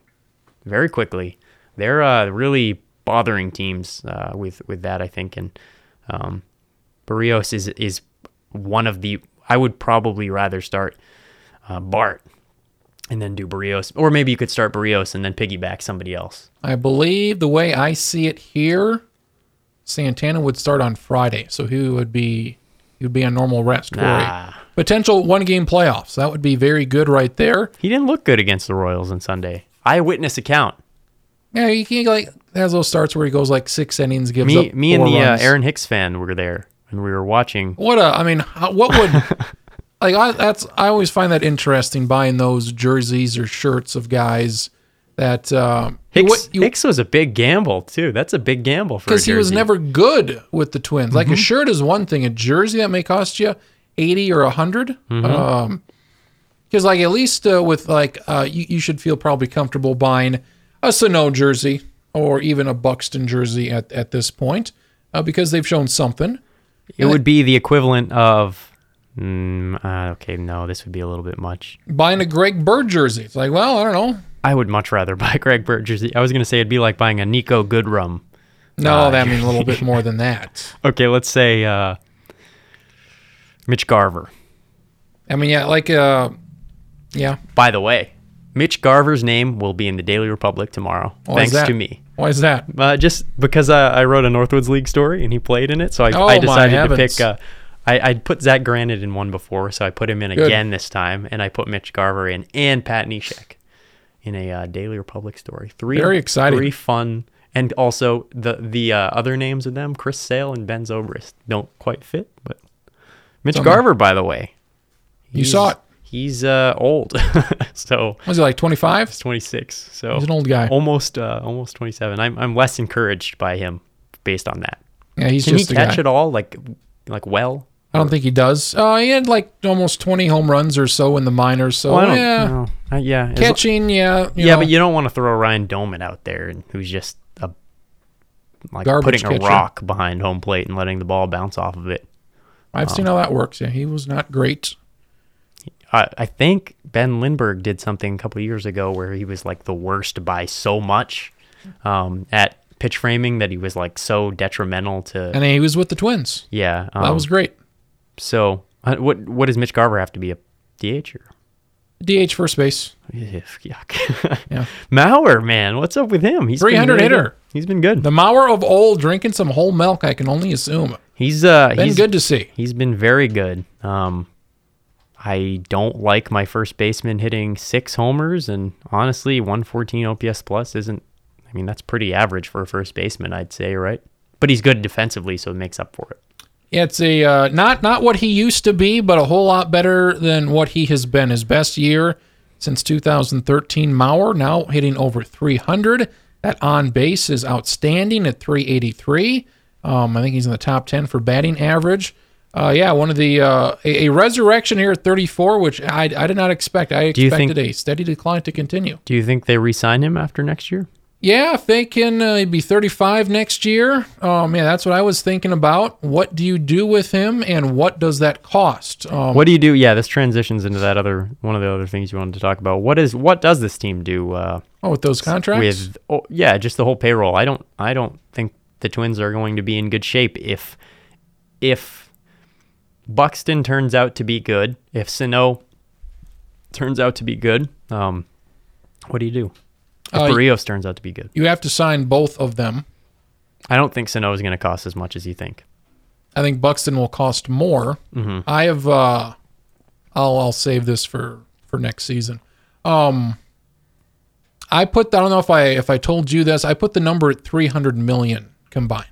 B: very quickly. They're uh, really bothering teams uh, with with that, I think. And um, Barrios is is one of the. I would probably rather start uh, Bart and then do Barrios, or maybe you could start Barrios and then piggyback somebody else.
A: I believe the way I see it here, Santana would start on Friday, so he would be he would be on normal rest. Corey.
B: Nah.
A: Potential one game playoffs. That would be very good right there.
B: He didn't look good against the Royals on Sunday. Eyewitness account.
A: Yeah, he can like has those starts where he goes like six innings, gives
B: me,
A: up.
B: me and
A: four
B: the uh,
A: runs.
B: Aaron Hicks fan were there, and we were watching.
A: What a I mean, how, what would like I, that's I always find that interesting buying those jerseys or shirts of guys that um,
B: Hicks,
A: what you-
B: Hicks was a big gamble too. That's a big gamble for
A: because he was
B: jersey. Mm-hmm.
A: never good with the Twins. Like a shirt is one thing, a jersey that may cost you eighty or a 100
B: Mm-hmm.
A: Um, because like at least uh, with like uh, you, you should feel probably comfortable buying a Sano jersey or even a Buxton jersey at at this point uh, because they've shown something.
B: It would be the equivalent of. Mm, uh, okay, no, this would be a little bit much.
A: Buying a Greg Bird jersey, it's like well I don't know.
B: I would much rather buy Greg Bird jersey. I was gonna say it'd be like buying a Nico Goodrum.
A: No,
B: Ah,
A: that means a little bit more than that.
B: Okay, let's say uh, Mitch Garver.
A: I mean, yeah, like, uh, yeah.
B: By the way, Mitch Garver's name will be in the Daily Republic tomorrow,
A: Why is
B: thanks
A: that?
B: to me.
A: Why is that?
B: Uh, just because uh, I wrote a Northwoods League story and he played in it, so I,
A: Oh, my
B: I decided to
A: heavens.
B: pick. Uh, I, I put Zach Granite in one before, so I put him in
A: Good.
B: again this time, and I put Mitch Garver in and Pat Neshek in a uh, Daily Republic story. Three
A: Very exciting.
B: three fun, and also the the uh, other names of them, Chris Sale and Ben Zobrist, don't quite fit, but Mitch
A: Don't know.
B: Garver, by the way,
A: You saw
B: he's-
A: it.
B: He's uh, old, so
A: Was he like 25?
B: he's 26. So
A: He's an old guy.
B: almost uh, almost 27. I'm I'm less encouraged by him based on that.
A: Yeah, he's
B: Can he
A: just a
B: catch
A: guy.
B: it all like like well?
A: I don't think he does. Uh, he had like almost 20 home runs or so in the minors. So,
B: Oh, I don't
A: Oh, yeah.
B: know. Uh, yeah. as lo-
A: Catching, yeah. you
B: yeah,
A: know.
B: but you don't want to throw Ryan Doman out there and who's just a like
A: Garbage
B: putting a
A: catcher.
B: rock behind home plate and letting the ball bounce off of it.
A: I've seen how that works. Yeah, he was not great.
B: I, I think Ben Lindbergh did something a couple of years ago where he was like the worst by so much um, at pitch framing that he was like so detrimental to
A: And he was with the Twins.
B: yeah. Um,
A: That was great.
B: So uh, what what does Mitch Garver have to be a DH or?
A: DH first base.
B: Yuck.
A: Yeah.
B: Mauer, man, what's up with him? He's been
A: 300
B: really good.
A: hitter.
B: He's been good.
A: The Mauer of old drinking some whole milk, I can only assume.
B: He's uh
A: Been
B: he's
A: good to see.
B: He's been very good. Um I don't like my first baseman hitting 6 homers and honestly 114 OPS plus isn't I mean that's pretty average for a first baseman, I'd say, right? But he's good defensively so it makes up for it.
A: It's a uh, not not what he used to be, but a whole lot better than what he has been. His best year since 2013. Mauer now hitting over 300. That on base is outstanding at 383. Um, I think he's in the top 10 for batting average. Uh, yeah, one of the uh, a, a resurrection here at 34, which I, I did not expect. I
B: Do you think-
A: expected a steady decline to continue.
B: Do you think they re-sign him after next year?
A: Yeah, if they can uh, be 35 next year, oh man, that's what I was thinking about. What do you do with him, and what does that cost? Um,
B: What do you do? Yeah, this transitions into that other one of the other things you wanted to talk about. What is what does this team do uh
A: oh, with those contracts,
B: with oh, yeah, just the whole payroll. I don't I don't think the Twins are going to be in good shape if if Buxton turns out to be good, if Sano turns out to be good, um, what do you do? If
A: Uh,
B: Barrios turns out to be good,
A: you have to sign both of them.
B: I don't think Sano is going to cost as much as you think.
A: I think Buxton will cost more.
B: Mm-hmm.
A: I have. Uh, I'll I'll save this for for next season. Um, I put. I don't know if I if I told you this. I put the number at 300 million combined.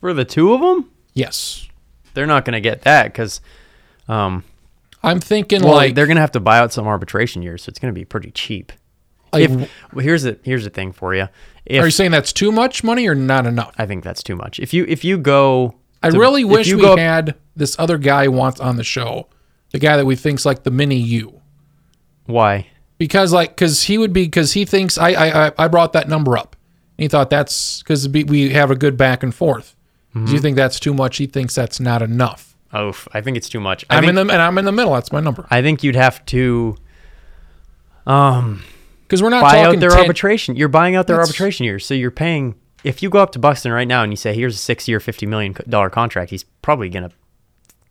B: For the two of them,
A: Yes,
B: they're not going to get that because um,
A: I'm thinking
B: well,
A: like
B: they're going to have to buy out some arbitration years, so it's going to be pretty cheap.
A: like,
B: if well, here's the here's the thing for you, if
A: are you saying that's too much money or not enough?
B: I think that's too much. If you if you go,
A: I
B: to-
A: really
B: if
A: wish
B: you
A: we
B: go up-
A: had this other guy wants on the show, the guy that we thinks like the mini you,
B: Why?
A: because like because he would be because he thinks I I I- I brought that number up. And he thought that's because we have a good back and forth. Do
B: Mm-hmm.
A: you think that's too much? He thinks that's not enough.
B: Oh, f- I think it's too much. I
A: I am
B: think,
A: in the and I'm in the middle. That's my number
B: I think you'd have to um,
A: because we're not
B: buy
A: talking
B: out their
A: 10
B: arbitration. You're buying out their
A: That's-
B: arbitration years, so you're paying. If you go up to Buxton right now and you say, "Here's a six-year, fifty million dollar contract," he's probably gonna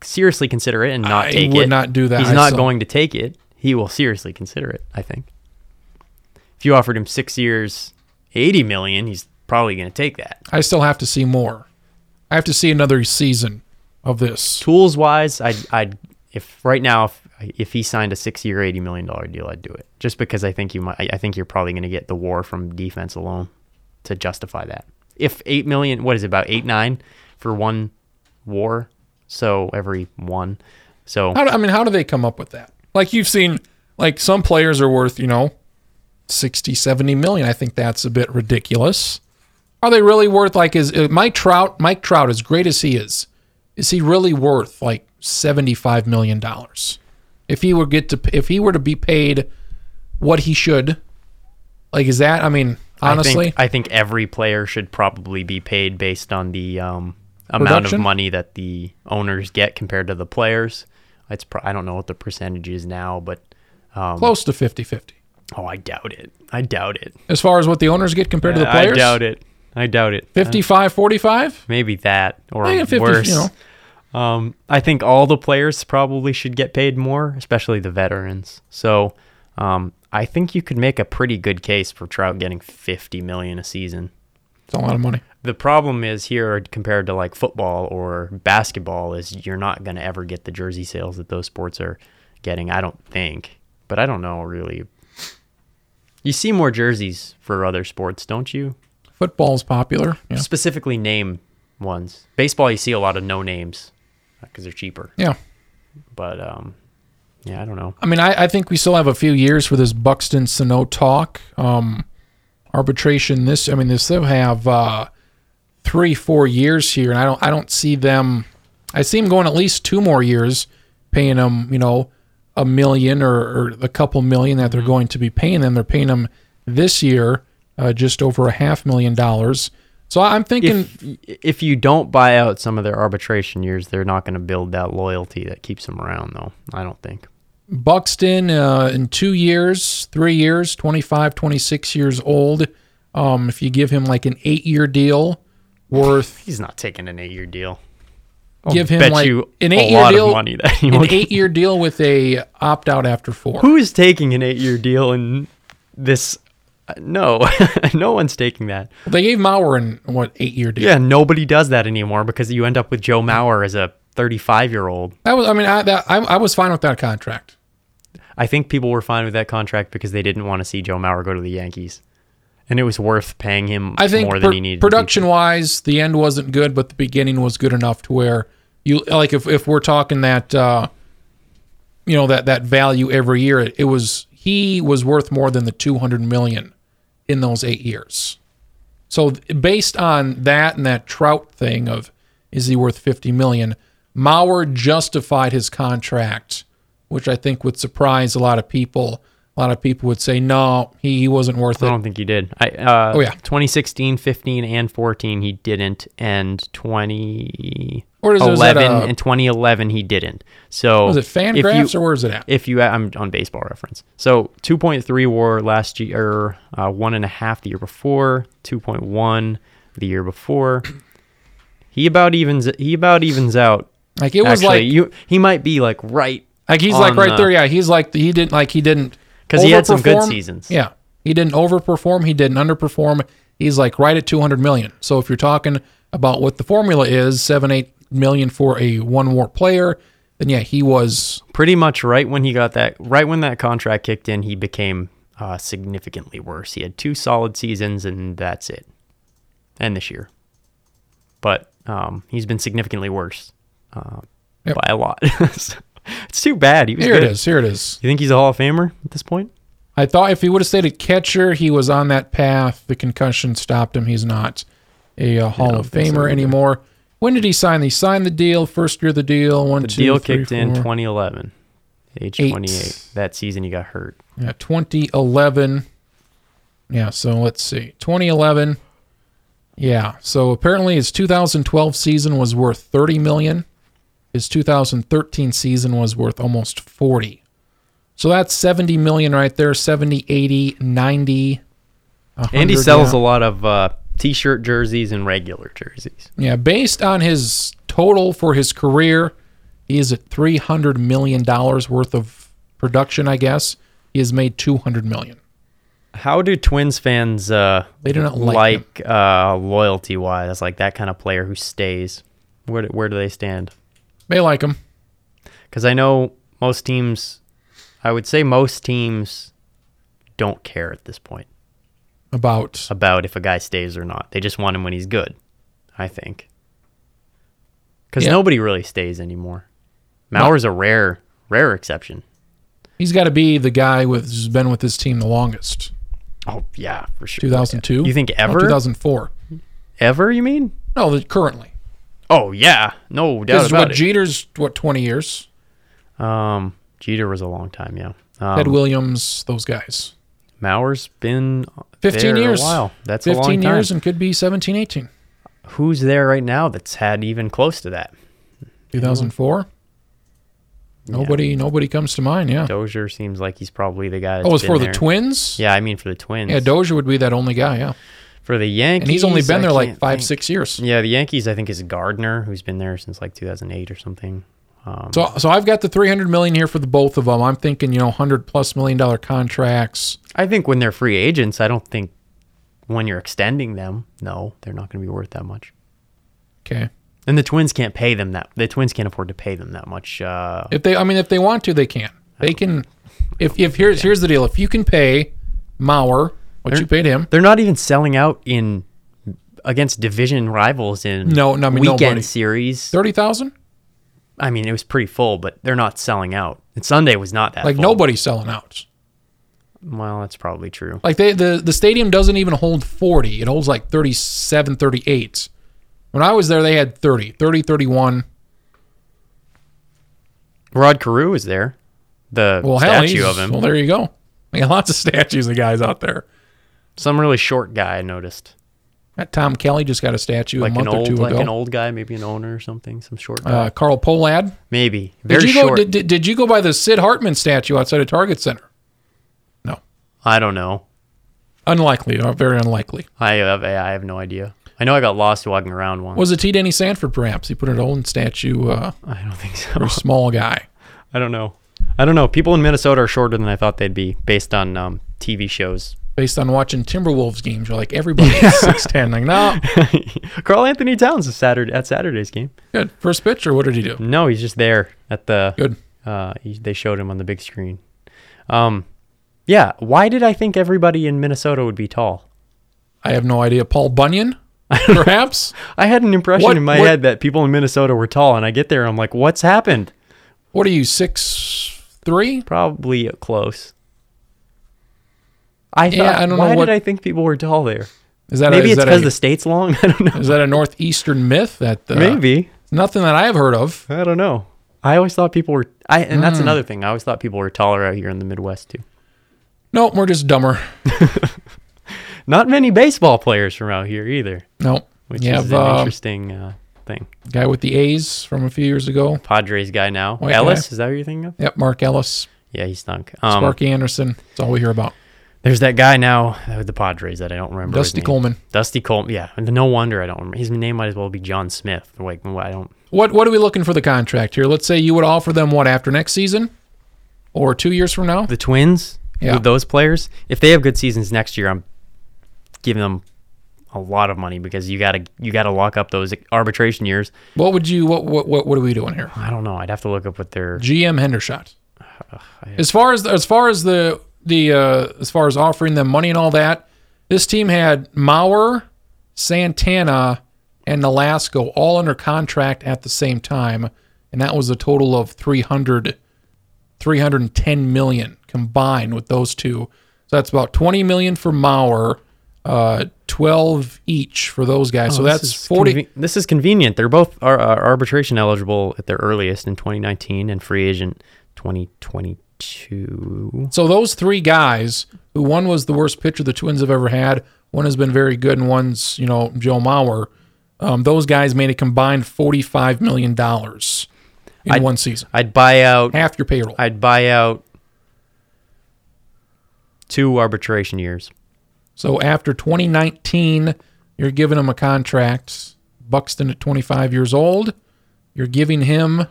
B: seriously consider it and not
A: I
B: take it.
A: would not do that.
B: He's
A: I
B: not
A: saw-
B: going to take it. He will seriously consider it. I think. If you offered him six years, eighty million, he's probably gonna take that.
A: I still have to see more. I have to see another season of this.
B: Tools wise, I'd, I'd if right now if if he signed a six year eighty million dollar deal, I'd do it just because I think you might. I- I think you're probably going to get the war from defense alone to justify that. If eight million, what is it about eight nine for one war? So every one, So
A: How do, I mean, how do they come up with that? Like you've seen, like some players are worth, you know, 60, 70 million. I think that's a bit ridiculous. Are they really worth like is uh, Mike Trout? Mike Trout, as great as he is, is he really worth like seventy-five million dollars? If he were get to, if he were to be paid what he should, like is that? I mean,
B: I
A: honestly,
B: think, I think every player should probably be paid based on the um, amount of
A: Production?
B: money that the owners get compared to the players. It's pro- I don't know what the percentage is now, but
A: close to 50-50.
B: oh, I doubt it. I doubt it.
A: As far as what the owners get compared to the
B: I
A: players,
B: doubt it. I doubt it.
A: 55-45?
B: Maybe that or
A: I think 50,
B: worse.
A: you know.
B: Um, I think all the players probably should get paid more, especially the veterans. So, um, I think you could make a pretty good case for Trout getting 50 million a season.
A: It's a lot of money.
B: The problem is here compared to like football or basketball is you're not going to ever get the jersey sales that those sports are getting, I don't think. But I don't know really. You see more jerseys for other sports, don't you?
A: Football's popular. Yeah.
B: Specifically name ones. Baseball you see a lot of no names because they're cheaper.
A: yeah.
B: But um yeah, I don't know.
A: I mean, I, I think we still have a few years for this Buxton Sano talk. Um, arbitration. This, I mean, they still have uh, three, four years here, and I don't, I don't see them. I see them going at least two more years, paying them, you know, a million or, or a couple million that they're going to be paying them. They're paying them this year uh, just over a half million dollars. So I'm thinking
B: If, if you don't buy out some of their arbitration years, they're not going to build that loyalty that keeps them around though. I don't think.
A: Buxton uh, in two years, three years, 25, 26 years old. Um, if you give him like an eight year deal worth,
B: He's not taking an eight-year deal.
A: give him
B: bet
A: like
B: you
A: an
B: a
A: eight year
B: lot of
A: deal,
B: money that he
A: an
B: won't-
A: eight year deal with a opt out after four.
B: Who is taking an eight-year deal in this? uh, No, no one's taking that.
A: They gave Maurer an what eight year deal?
B: Yeah, nobody does that anymore because you end up with Joe Mauer as a 35-year-old.
A: That was, I mean, I, that, I, I was fine with that contract.
B: I think people were fine with that contract because they didn't want to see Joe Mauer go to the Yankees, and it was worth paying him
A: I think
B: more than
A: pr-
B: he needed. to be.
A: production wise, the end wasn't good, but the beginning was good enough to where you like if, if we're talking that uh, you know that that value every year, it, it was he was worth more than the two hundred million in those eight years. So th- based on that and that Trout thing of is he worth fifty million, Mauer justified his contract, which I think would surprise a lot of people. A lot of people would say no, he, he wasn't worth
B: I
A: it.
B: don't think he did. I, uh,
A: Oh, yeah.
B: 2016, 15, and 14 he didn't, and 2011
A: Or is- is that a-
B: and 2011 he didn't. So
A: Was it fan
B: if
A: graphs
B: you,
A: or where is it at?
B: if you I'm on baseball reference. So 2.3 WAR last year, uh, one and a half the year before, 2.1 the year before. He about evens. He about evens out.
A: Like it was
B: actually,
A: like
B: you. He might be like right.
A: Like he's like
B: on
A: right
B: the-
A: there. Yeah, he's like he didn't like he didn't
B: 'Cause he had some good
A: overperform.
B: seasons.
A: Yeah, he didn't overperform. He didn't underperform. He's like right at two hundred million. So if you're talking about what the formula is, seven eight million for a one war player, then yeah, he was.
B: pretty much right when he got that right when that contract kicked in he became uh, significantly worse he had two solid seasons and that's it and this year but um, he's been significantly worse uh,
A: Yep.
B: by a lot So, it's too bad he was
A: Here
B: good
A: it is. Here it is.
B: you think he's a hall of famer at this point
A: I thought if he would have stayed at catcher, he was on that path. The concussion stopped him. He's not a, uh Hall of Famer anymore. When did he sign? He signed the deal. First year of the deal. One,
B: the
A: two,
B: deal
A: three,
B: kicked in
A: four.
B: 2011 age
A: Eight.
B: 28 that season he got hurt
A: Yeah, 2011. Yeah, so let's see. 2011. Yeah, so apparently his 2012 season was worth 30 million. His 2013 season was worth almost 40. So that's 70 million right there, 70, 80, 90. 100,
B: and he sells
A: yeah.
B: a lot of uh, t-shirt jerseys and regular jerseys
A: Yeah, based on his total for his career, he is at 300 million dollars worth of production, I guess. He has made 200 million.
B: How do Twins fans uh
A: They do not like
B: like uh loyalty wise, like that kind of player who stays? Where do, where do they stand?
A: They like him.
B: Cuz I know most teams I would say most teams don't care at this point
A: about
B: about if a guy stays or not. They just want him when he's good, I think. Cuz
A: Yeah.
B: nobody really stays anymore. Mauer's a rare, rare exception.
A: He's got to be the guy with, who's been with this team the longest.
B: Oh yeah, for sure.
A: 2002.
B: You think
A: No,
B: ever?
A: 2004.
B: Ever? You mean?
A: No, the- currently.
B: Oh yeah, no doubt
A: Because
B: about
A: what
B: it.
A: Jeter's what 20 years.
B: um, Jeter was a long time. Yeah.
A: Ted
B: Um,
A: Williams, those guys.
B: Mauer's been
A: 15
B: there
A: years.
B: A while. That's
A: 15
B: a long time.
A: years and could be 17, 18.
B: Who's there right now that's had even close to that?
A: 2004. Nobody, nobody comes to mind. Yeah.
B: Dozier seems like he's probably the guy. That's
A: Oh, it's
B: been
A: for the
B: there.
A: Twins.
B: Yeah, I mean for the Twins.
A: Yeah, Dozier would be that only guy. Yeah,
B: for the Yankees,
A: and he's only been
B: I
A: there like
B: can't
A: five,
B: think.
A: six years.
B: Yeah, the Yankees, I think, is Gardner, who's been there since like 2008 or something. Um,
A: So, so I've got the 300 million here for the both of them. I'm thinking, you know, 100 plus million dollar contracts.
B: I think when they're free agents, I don't think when you're extending them, no, they're not going to be worth that much.
A: Okay.
B: And the Twins can't pay them that. The Twins can't afford to pay them that much. Uh,
A: If they, I mean, if they want to, they can. They can. If if here's here's the deal. If you can pay Mauer what you paid him,
B: they're not even selling out in against division rivals in
A: No, no, I mean,
B: weekend
A: nobody.
B: series.
A: thirty thousand,
B: I mean, it was pretty full, but they're not selling out. And Sunday was not that
A: like
B: full.
A: nobody's selling out.
B: Well, that's probably true.
A: Like they the the stadium doesn't even hold 40. It holds like 37, 38. When I was there, they had 30, 30, 31.
B: Rod Carew is there. The
A: Well, hell,
B: statue
A: he's-
B: of him.
A: Well, there you go. They got lots of statues of guys out there.
B: Some really short guy I noticed.
A: That Tom Kelly just got a statue
B: Like
A: a month
B: an
A: or two
B: old like
A: ago.
B: an old guy, maybe an owner or something, some short guy.
A: uh, Carl Polad.
B: Maybe.
A: Did
B: Very
A: you go?
B: short.
A: Did, did, did you go by the Sid Hartman statue outside of Target Center? No,
B: I don't know.
A: unlikely. uh, Very unlikely.
B: I have I have no idea. I know I got lost walking around once.
A: Was it T. Denny Sanford? Perhaps he put an old statue uh,
B: I don't think
A: for
B: so.
A: a small guy.
B: I don't know. I don't know. People in Minnesota are shorter than I thought they'd be based on um, TV shows.
A: Based on watching Timberwolves games, you're like everybody is six ten. Like no,
B: Carl Anthony Towns is Saturday at Saturday's game.
A: good first pitcher. What did he do?
B: No, he's just there at the
A: Good.
B: Uh, he, they showed him on the big screen. Um, yeah. Why did I think everybody in Minnesota would be tall?
A: I have no idea. Paul Bunyan, perhaps.
B: I had an impression
A: What-
B: in my
A: what-
B: head that people in Minnesota were tall, and I get there, I'm like, what's happened?
A: What are you six three?
B: Probably close. I thought,
A: Yeah, I don't know
B: why
A: what-
B: did I think people were tall there?
A: Is that
B: Maybe
A: a, is
B: it's
A: that
B: because
A: a-
B: the state's long. I don't know.
A: is that a northeastern myth that uh,
B: Maybe
A: nothing that I have heard of.
B: I don't know. I always thought people were. I and that's another thing. I always thought people were taller out here in the Midwest too.
A: Nope, we're just dumber.
B: Not many baseball players from out here either,
A: Nope.
B: which
A: you
B: is
A: have
B: an
A: uh,
B: interesting uh, thing.
A: guy with the A's from a few years ago.
B: Padres guy now,
A: White
B: Ellis. Is that what you're thinking of?
A: Yep, Mark Ellis,
B: Yeah, he stunk. Um,
A: Sparky Anderson. That's all we hear about.
B: There's that guy now with the Padres that I don't remember. his
A: Dusty
B: name.
A: Coleman.
B: Dusty Coleman. Yeah, and no wonder I don't remember. His name might as well be John Smith. Like well, I don't.
A: What what are we looking for the contract here? Let's say you would offer them what after next season, or two years from now.
B: The Twins
A: Yeah.
B: with those players, if they have good seasons next year, I'm giving them a lot of money because you gotta you gotta lock up those arbitration years.
A: What would you what what what, what are we doing here?
B: I don't know. I'd have to look up what their
A: GM Hendershot. As far as as far as the the uh, as far as offering them money and all that, this team had Maurer, Santana, and Nolasco all under contract at the same time, and that was a total of 300, 310 million combined with those two. So that's about twenty million for Maurer, uh, twelve each for those guys. so
B: Oh, This
A: that's
B: is
A: forty.
B: conven- this is convenient. They're both are, are arbitration eligible at their earliest in 2019 and free agent 2022.
A: So those three guys, who one was the worst pitcher the Twins have ever had, one has been very good, and one's you know Joe Mauer. Um, those guys made a combined forty-five million dollars in one season,
B: I'd buy out
A: half your payroll.
B: I'd buy out two arbitration years.
A: so after twenty nineteen, you're giving him a contract. Buxton at twenty-five years old, you're giving him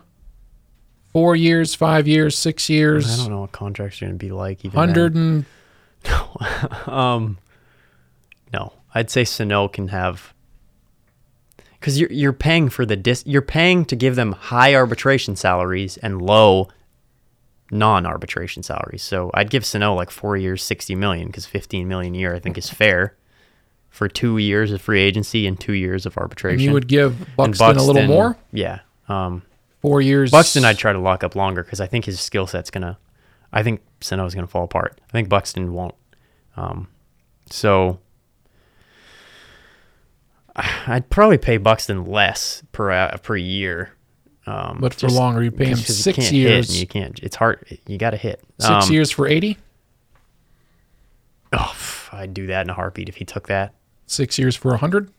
A: four years, five years, six
B: I
A: years,
B: don't know what contracts are going to be like. Even then.
A: hundred and
B: Um, No, I'd say Sano can have because you're you're paying for the dis. You're paying to give them high arbitration salaries and low non-arbitration salaries. So I'd give Sano like four years, sixty million, because fifteen million a year I think is fair for two years of free agency and two years of arbitration.
A: you would give
B: And
A: Buxton a little
B: Buxton-
A: more.
B: Yeah. Um,
A: Four years.
B: Buxton, I'd try to lock up longer because I think his skill set's gonna. I think Sano's gonna fall apart. I think Buxton won't. Um, so I'd probably pay Buxton less per uh, per year. Um,
A: But for
B: just
A: longer, you pay him
B: 'cause you
A: six
B: can't hit
A: years.
B: and you can't. It's hard. You got to hit.
A: six
B: Um,
A: years for 80,
B: oh, pff, I'd do that in a heartbeat if he took that.
A: six years for 100,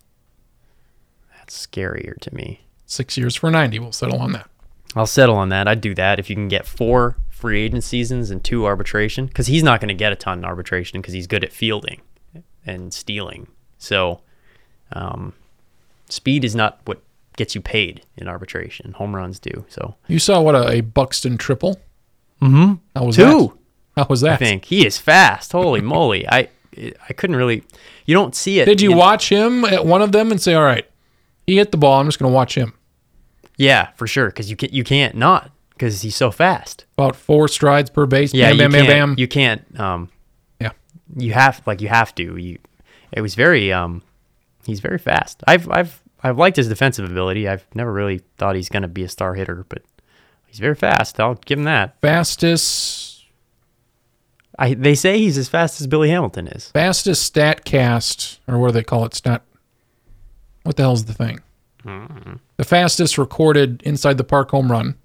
B: That's scarier to me.
A: six years for 90. We'll settle on that.
B: I'll settle on that. I'd do that if you can get four free agent seasons and two arbitration, because he's not going to get a ton in arbitration because he's good at fielding and stealing. So, um, speed is not what gets you paid in arbitration. Home runs do. So,
A: You saw what a, a Buxton triple. Mm-hmm. How was
B: Two.
A: that? How was that?
B: I think he is fast. Holy moly! I I couldn't really. You don't see it.
A: Did you
B: in-
A: watch him at one of them and say, all right, he hit the ball. I'm just going to watch him?
B: Yeah, for sure. Because you can you can't not because he's so fast.
A: About four strides per base.
B: Yeah,
A: bam,
B: you
A: bam, bam,
B: can't,
A: bam.
B: You can't. Um,
A: yeah.
B: you have like you have to. You, it was very um, he's very fast. I've I've I've liked his defensive ability. I've never really thought he's gonna be a star hitter, but he's very fast. I'll give him that.
A: Fastest,
B: I they say he's as fast as Billy Hamilton is.
A: fastest stat cast, or what do they call it? Stat. What the hell's the thing?
B: Mm-hmm.
A: The fastest recorded inside the park home run.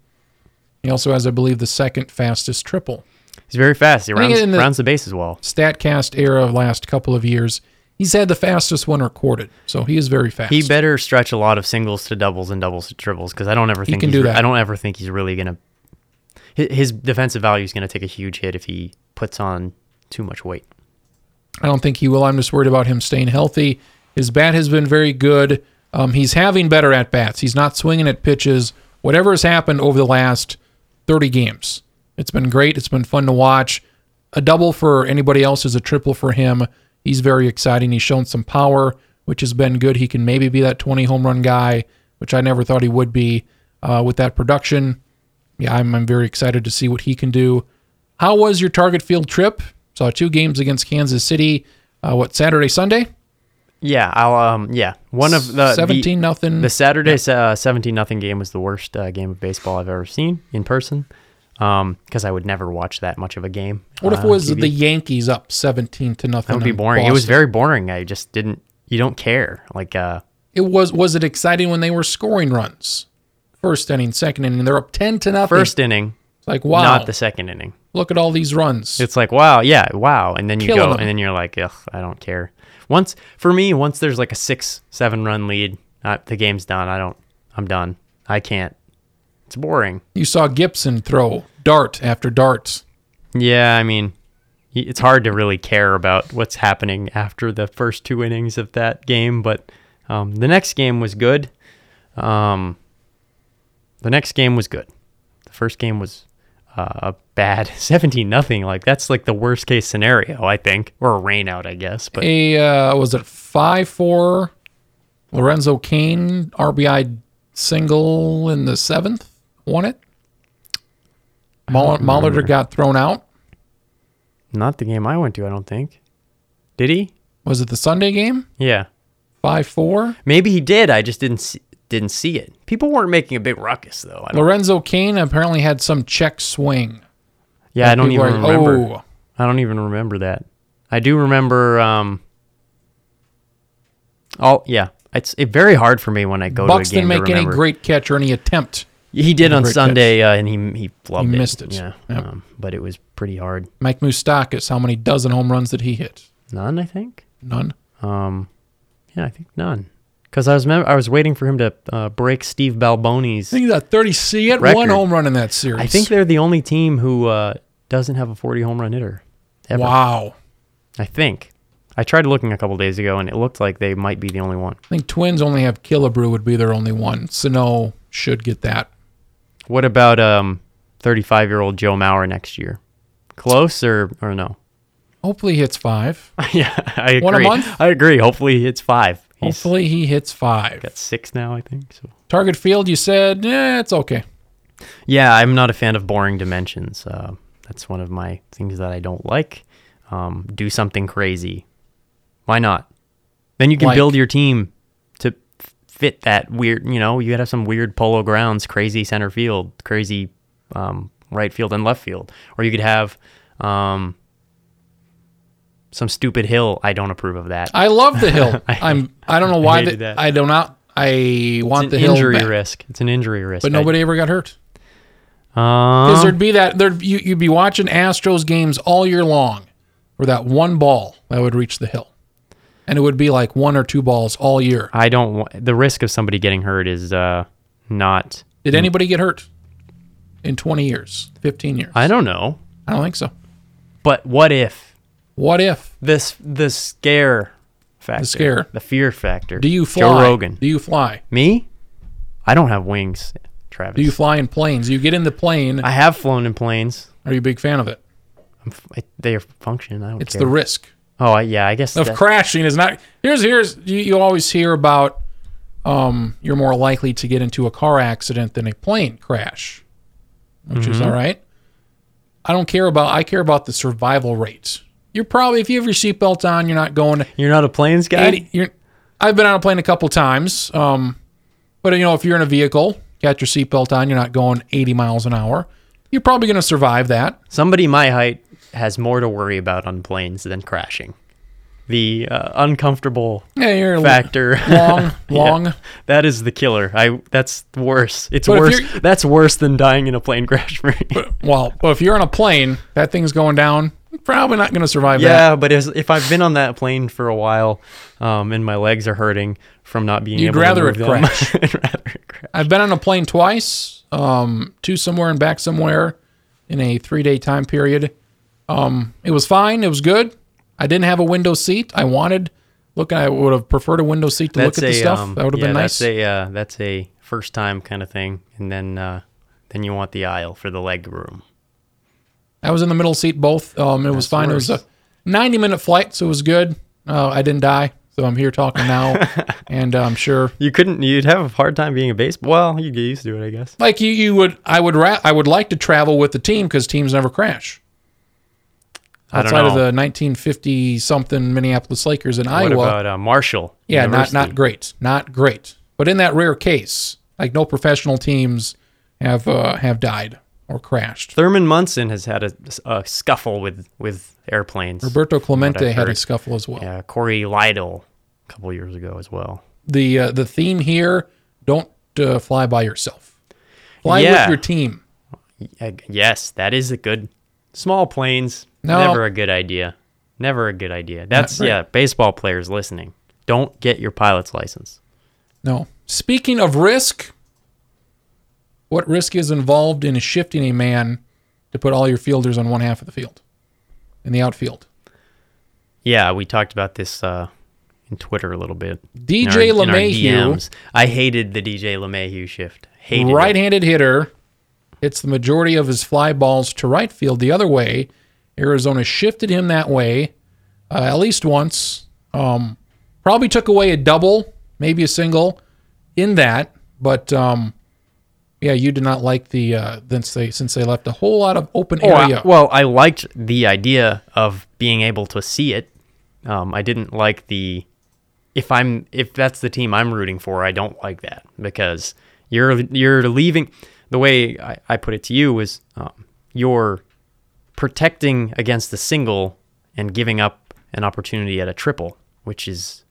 A: He also has, I believe, the second fastest triple.
B: He's very fast. He
A: think
B: rounds
A: in the-
B: rounds the bases well.
A: Statcast era last couple of years, he's had the fastest one recorded. So he is very fast.
B: He better stretch a lot of singles to doubles and doubles to triples because I don't ever think
A: can
B: he's
A: do
B: re-
A: that.
B: I don't ever think he's really gonna. hi- His defensive value is gonna take a huge hit if he puts on too much weight.
A: I don't think he will. I'm just worried about him staying healthy. His bat has been very good. Um, he's having better at bats. He's not swinging at pitches. Whatever has happened over the last 30 games, it's been great. It's been fun to watch. A double for anybody else is a triple for him. He's very exciting. He's shown some power, which has been good. He can maybe be that 20 home run guy, which I never thought he would be uh, with that production. Yeah, I'm, I'm very excited to see what he can do. How was your target field trip? Saw two games against Kansas City. Uh, what Saturday, Sunday?
B: Yeah, I'll um yeah one of the the-
A: seventeen nothing.
B: The Saturday uh, 17 nothing game was the worst uh, game of baseball I've ever seen in person Um 'cause because I would never watch that much of a game.
A: What if
B: uh,
A: it was
B: on TV.
A: the Yankees up seventeen to nothing?
B: That would be
A: on
B: boring. It was
A: Boston?
B: very boring. I just didn't. You don't care. Like uh,
A: It was. Was it exciting when they were scoring runs? First inning, second inning, they're up ten to nothing.
B: first inning,
A: It's like wow,
B: not the second inning.
A: look at all these runs.
B: It's like wow, yeah, wow, and then you
A: Killing
B: go,
A: them.
B: and then you're like, ugh, I don't care. Once for me, once there's like a six seven run lead, uh, the game's done. I don't. I'm done. I can't. It's boring.
A: you saw Gibson throw dart after dart.
B: Yeah, I mean, y- it's hard to really care about what's happening after the first two innings of that game, but um, the next game was good. Um, the next game was good. The first game was uh, a bad 17 nothing. Like that's like the worst case scenario, I think, or a rainout, I guess. But
A: a uh, was it five four Lorenzo Kane RBI single in the seventh won it. Mol- Molitor got thrown out.
B: not the game I went to, I don't think. Did he?
A: Was it the Sunday game?
B: Yeah.
A: Five four.
B: Maybe he did. I just didn't see, didn't see it. People weren't making a big ruckus though. I don't,
A: Lorenzo Kane apparently had some check swing.
B: yeah, I don't
A: People
B: even
A: are like,
B: remember.
A: Oh,
B: I don't even remember that. I do remember. Um, oh yeah, it's it very hard for me when I go
A: Bucks
B: to a
A: didn't
B: game
A: make
B: to
A: any
B: remember.
A: great catch or any attempt.
B: he did on
A: great
B: Sunday, uh, and he he flubbed
A: He
B: it.
A: missed it.
B: Yeah,
A: Yep.
B: um, but it was pretty hard.
A: Mike Moustakis, how many dozen home runs did he hit?
B: None, I think.
A: None.
B: Um, yeah, I think none. Because I was mem- I was waiting for him to uh, break Steve Balboni's.
A: I think he got thirty. C. He had one
B: Record.
A: home run in that series.
B: I think they're the only team who uh, doesn't have a 40 home run hitter. Ever.
A: Wow.
B: I think. I tried looking a couple days ago, and it looked like they might be the only one.
A: I think Twins only have Killebrew would be their only one. Sano should get that.
B: What about um, 35 year old Joe Mauer next year? Close or, or no?
A: Hopefully he hits five.
B: yeah, I agree.
A: One a month?
B: I agree. Hopefully it's five. He's
A: Hopefully he hits five.
B: got six now, I think. So
A: Target field, you said, eh, it's okay.
B: yeah, I'm not a fan of boring dimensions. Uh, that's one of my things that I don't like. Um, do something crazy. Why not? Then you can
A: Like-
B: build your team to f- fit that weird. You know, you gotta have some weird polo grounds, crazy center field, crazy um, right field and left field, or you could have um, some stupid hill. I don't approve of that.
A: I love the hill.
B: I-
A: I'm. I don't know why
B: hated
A: the,
B: that.
A: I do not. I want
B: it's
A: the
B: an
A: hill
B: injury
A: back.
B: risk. It's an injury risk.
A: but nobody ever got hurt.
B: I,
A: Because
B: um,
A: there'd be that there'd you, you'd be watching Astros games all year long, where that one ball that would reach the hill, and it would be like one or two balls all year.
B: I don't. wa- The risk of somebody getting hurt is uh, not.
A: Did anybody get hurt in 20 years, 15 years?
B: I don't know.
A: I don't think so.
B: But what if
A: What if?
B: this the scare factor, the
A: scare.
B: the fear factor?
A: Do you fly?
B: Joe Rogan?
A: Do you fly?
B: Me? I don't have wings, Travis.
A: Do you fly in planes? You get in the plane.
B: I have flown in planes.
A: Are you a big fan of it?
B: I'm f- I, they are function. I don't
A: It's
B: care.
A: the risk.
B: oh I, yeah, I guess.
A: of
B: that-
A: crashing is not here's here's you, you always hear about um you're more likely to get into a car accident than a plane crash which is
B: Mm-hmm.
A: all right i don't care about i care about the survival rates you're probably if you have your seatbelt on you're not going
B: You're not a planes guy.
A: 80 you're i've been on a plane a couple times um but you know if you're in a vehicle got your seatbelt on you're not going 80 miles an hour you're probably going to survive that
B: Somebody my height has more to worry about on planes than crashing. The uh, uncomfortable
A: yeah you're
B: factor.
A: long long
B: That is the killer. I that's worse. It's
A: But if
B: worse.
A: you're-
B: That's worse than dying in a plane crash. For me.
A: Well, well, if you're on a plane, that thing's going down. you're Probably not going to survive that.
B: yeah, but if, if I've been on that plane for a while, um, and my legs are hurting from not being
A: You'd
B: able
A: rather
B: to
A: it
B: move them, I'd rather it crash.
A: I've been on a plane twice, um, to somewhere and back somewhere, in a three-day time period. Um, it was fine. It was good. I didn't have a window seat. I wanted. Look, I would have preferred a window seat to
B: That's
A: look at
B: a
A: the stuff.
B: um,
A: that would have
B: yeah,
A: been nice.
B: That's a uh, that's a first time kind of thing, and then uh, then you want the aisle for the leg room.
A: I was in the middle seat both. Um, it was fine. It was
B: worse.
A: a 90-minute flight, so it was good. Uh, I didn't die, so I'm here talking now, and uh, I'm sure
B: You couldn't. You'd have a hard time being a base. Well, you'd get used to it, I guess.
A: like you, you would i would ra- i would like to travel with the team because teams never crash
B: I don't
A: outside of
B: know.
A: the 1950 something minneapolis lakers in
B: what
A: iowa
B: about uh, Marshall?
A: yeah not not
B: University?
A: great not great but in that rare case like no professional teams have uh, have died or crashed
B: Thurman Munson has had a, a scuffle with with airplanes.
A: roberto clemente had a
B: heard.
A: scuffle as well
B: Yeah, Corey Lytle a couple years ago as well.
A: the uh, the theme here don't uh, fly by yourself fly with
B: Yeah.
A: your team
B: Y- Uh, Yes, that is a good small planes.
A: No.
B: Never a good idea. Never a good idea. That's
A: great.
B: yeah, baseball players listening. Don't get your pilot's license.
A: No. Speaking of risk, what risk is involved in shifting a man to put all your fielders on one half of the field in the outfield?
B: Yeah, we talked about this uh, in Twitter a little bit. In
A: DJ
B: in
A: LeMahieu.
B: DMs. I hated the DJ LeMahieu shift. Hated
A: Right
B: right.
A: handed hitter hits the majority of his fly balls to right field the other way. Arizona shifted him that way uh, at least once. Um, probably took away a double, maybe a single in that, but. Um, yeah, you did not like the uh, since they since they left a whole lot of open
B: Oh,
A: area.
B: I, well, I liked the idea of being able to see it. Um, I didn't like the if I'm if that's the team I'm rooting for, I don't like that because you're you're leaving. The way I, I put it to you was um, you're protecting against the single and giving up an opportunity at a triple, which is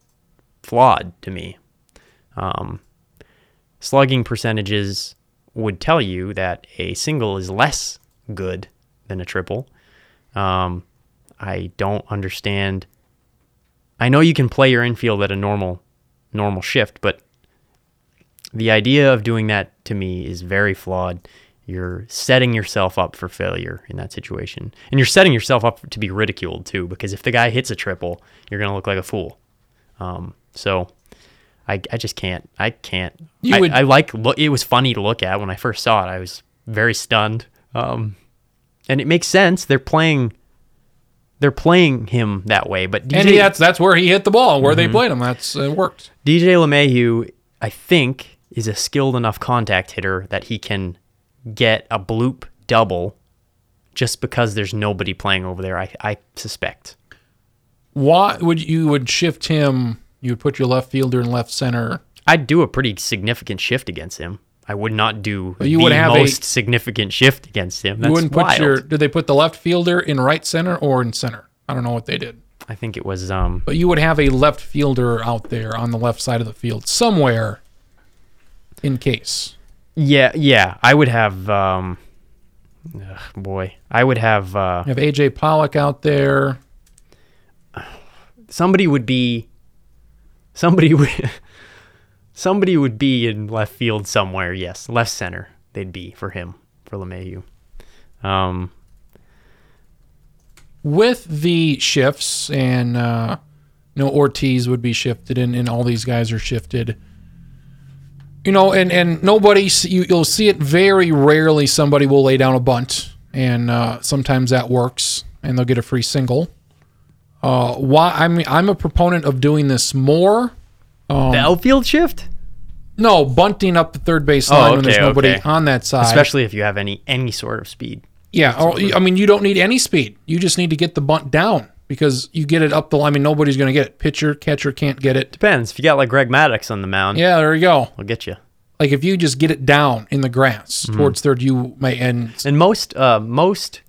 B: flawed to me. Um, slugging percentages would tell you that a single is less good than a triple. Um, I don't understand. I know you can play your infield at a normal normal shift, but the idea of doing that to me is very flawed. You're setting yourself up for failure in that situation. And you're setting yourself up to be ridiculed too, because if the guy hits a triple, you're going to look like a fool. Um, so I, I just can't. I can't.
A: You
B: I,
A: would-
B: I like, look, it was funny to look at when I first saw it. I was very stunned. Um, and it makes sense. They're playing, they're playing him that way. But DJ,
A: And he, that's that's where he hit the ball, where
B: Mm-hmm.
A: they played him. That's it worked.
B: DJ LeMahieu, I think, is a skilled enough contact hitter that he can get a bloop double just because there's nobody playing over there, I, I suspect.
A: Why would you would shift him? You would put your left fielder and left center
B: I'd do a pretty significant shift against him. I would not do
A: But you
B: the
A: would have a-
B: most significant shift against him. That's
A: you wouldn't put
B: wild.
A: your. Did they put the left fielder in right center or in center? I don't know what they did.
B: I think it was um
A: But you would have a left fielder out there on the left side of the field somewhere in case.
B: yeah, yeah, I would have um ugh, boy. I would have uh
A: You have AJ Pollock out there.
B: somebody would be somebody would somebody would be in left field somewhere. Yes, left center they'd be for him for LeMayu. Um
A: With the shifts and uh you know Ortiz would be shifted and, and all these guys are shifted. You know, and and nobody s- you you'll see it very rarely somebody will lay down a bunt and uh sometimes that works and they'll get a free single. Uh why I mean I'm a proponent of doing this more Um,
B: the outfield shift,
A: No, bunting up the third base line when there's
B: Oh, okay,
A: nobody
B: okay.
A: on that side.
B: especially if you have any any sort of speed.
A: yeah, or, I mean, you don't need any speed. You just need to get the bunt down because you get it up the line. I mean, nobody's going to get it. Pitcher, catcher can't get it.
B: Depends. If you got like Greg Maddox on the mound,
A: Yeah, there you go.
B: I'll get you.
A: Like if you just get it down in the grass
B: Mm-hmm.
A: towards third, you may end.
B: And most uh, most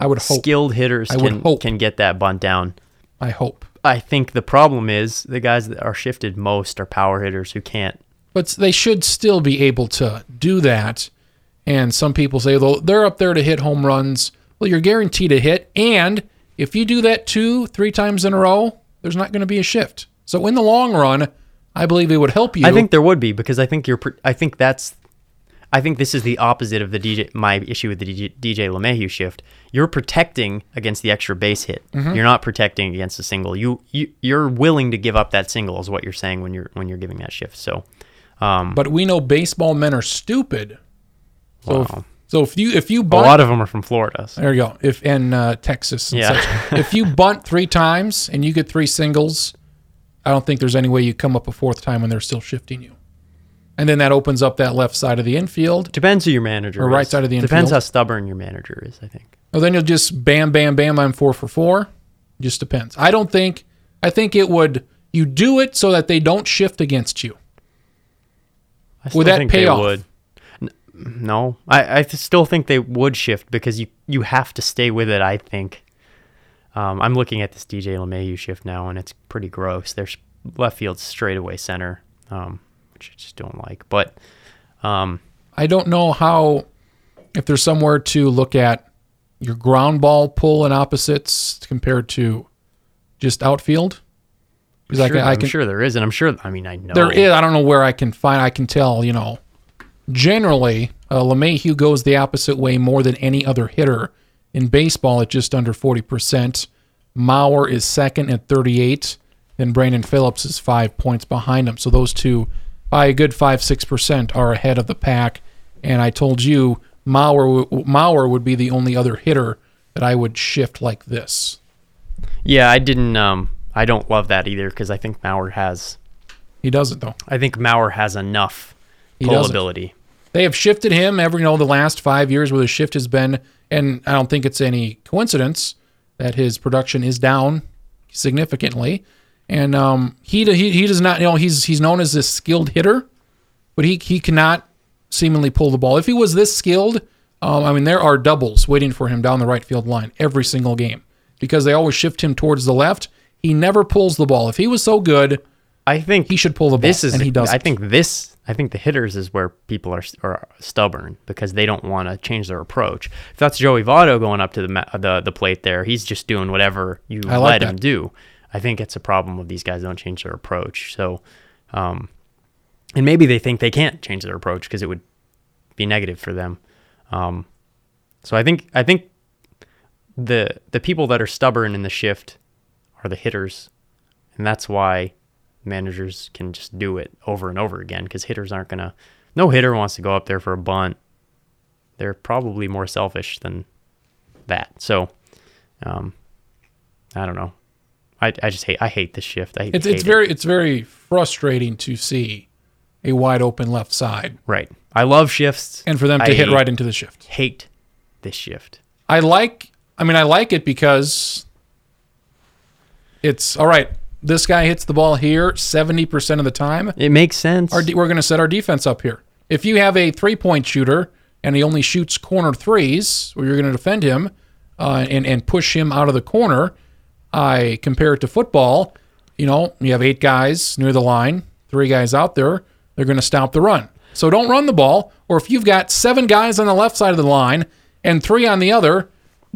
A: I would hope.
B: skilled hitters
A: would
B: can
A: hope.
B: can get that bunt down.
A: I hope.
B: I think the problem is the guys that are shifted most are power hitters who can't.
A: But they should still be able to do that. And some people say, though, they're up there to hit home runs. Well, you're guaranteed a hit. And if you do that two, three times in a row, there's not going to be a shift. So in the long run, I believe it would help you.
B: I think there would be because I think you're. pr- I think that's. I think this is the opposite of the DJ. My issue with the DJ, DJ LeMahieu shift. You're protecting against the extra base hit.
A: Mm-hmm.
B: You're not protecting against a single. You you you're willing to give up that single is what you're saying when you're when you're giving that shift. So, um,
A: but we know baseball men are stupid. So if,
B: Wow.
A: so if you if you
B: a
A: bunt,
B: lot of them are from Florida. so-
A: there you go. If in uh, Texas, and
B: Yeah.
A: such. if you bunt three times and you get three singles, I don't think there's any way you come up a fourth time when they're still shifting you. And then that opens up that left side of the infield.
B: Depends who your manager
A: Or
B: is.
A: right side of the
B: Depends
A: infield.
B: how stubborn your manager is, I think.
A: Well, then you'll just bam, bam, bam. I'm four for four. Just depends. I don't think. I think it would. You do it so that they don't shift against you.
B: I still
A: that
B: think
A: pay
B: they
A: off?
B: would. N- No, I, I th- still think they would shift because you, you have to stay with it, I think. Um, I'm looking at this DJ LeMahieu shift now, and it's pretty gross. There's left field straight away center, um, which I just don't like. But um,
A: I don't know how. If there's somewhere to look at your ground ball pull and opposites compared to just outfield, because I
B: sure,
A: can. I
B: I'm
A: can
B: sure there is, and I'm sure, I mean, I know.
A: There is. I don't know where I can find. I can tell. You know, generally, uh, Lemayhew goes the opposite way more than any other hitter in baseball at just under forty percent. Mauer is second at thirty-eight. Then Brandon Phillips is five points behind him. So those two, by a good five six percent, are ahead of the pack. And I told you, Mauer w- Mauer would be the only other hitter that I would shift like this.
B: Yeah, I didn't. Um, I don't love that either because I think Maurer has.
A: He doesn't though.
B: I think Maurer has enough
A: He
B: pull
A: doesn't.
B: ability.
A: they have shifted him every you know the last five years where the shift has been and i don't think it's any coincidence that his production is down significantly and um, he, he he does not you know he's he's known as this skilled hitter but he he cannot seemingly pull the ball if he was this skilled um, i mean there are doubles waiting for him down the right field line every single game because they always shift him towards the left he never pulls the ball if he was so good
B: I think
A: he should pull the ball
B: this is
A: and he does
B: I think this I think the hitters is where people are are stubborn because they don't want to change their approach. If that's Joey Votto going up to the ma- the the plate there, he's just doing whatever you
A: I like
B: let him
A: that.
B: do. I think it's a problem with these guys don't change their approach. So um and maybe they think they can't change their approach because it would be negative for them. Um so I think I think the the people that are stubborn in the shift are the hitters, and that's why managers can just do it over and over again because hitters aren't gonna. No hitter wants to go up there for a bunt. They're probably more selfish than that. So, um, I don't know. I, I just hate I hate this shift. I
A: It's
B: hate
A: it's
B: it.
A: very it's very frustrating to see a wide open left side
B: right. I love shifts
A: and for them to
B: I
A: hit
B: hate-
A: right into the shift.
B: Hate this shift.
A: I like I mean I like it because it's all right, This guy hits the ball here 70% of the time.
B: It makes sense.
A: Our de- we're going to set our defense up here. If you have a three point shooter and he only shoots corner threes, where you're going to defend him uh, and, and push him out of the corner, I compare it to football. You know, you have eight guys near the line, three guys out there, they're going to stop the run. So don't run the ball. Or if you've got seven guys on the left side of the line and three on the other,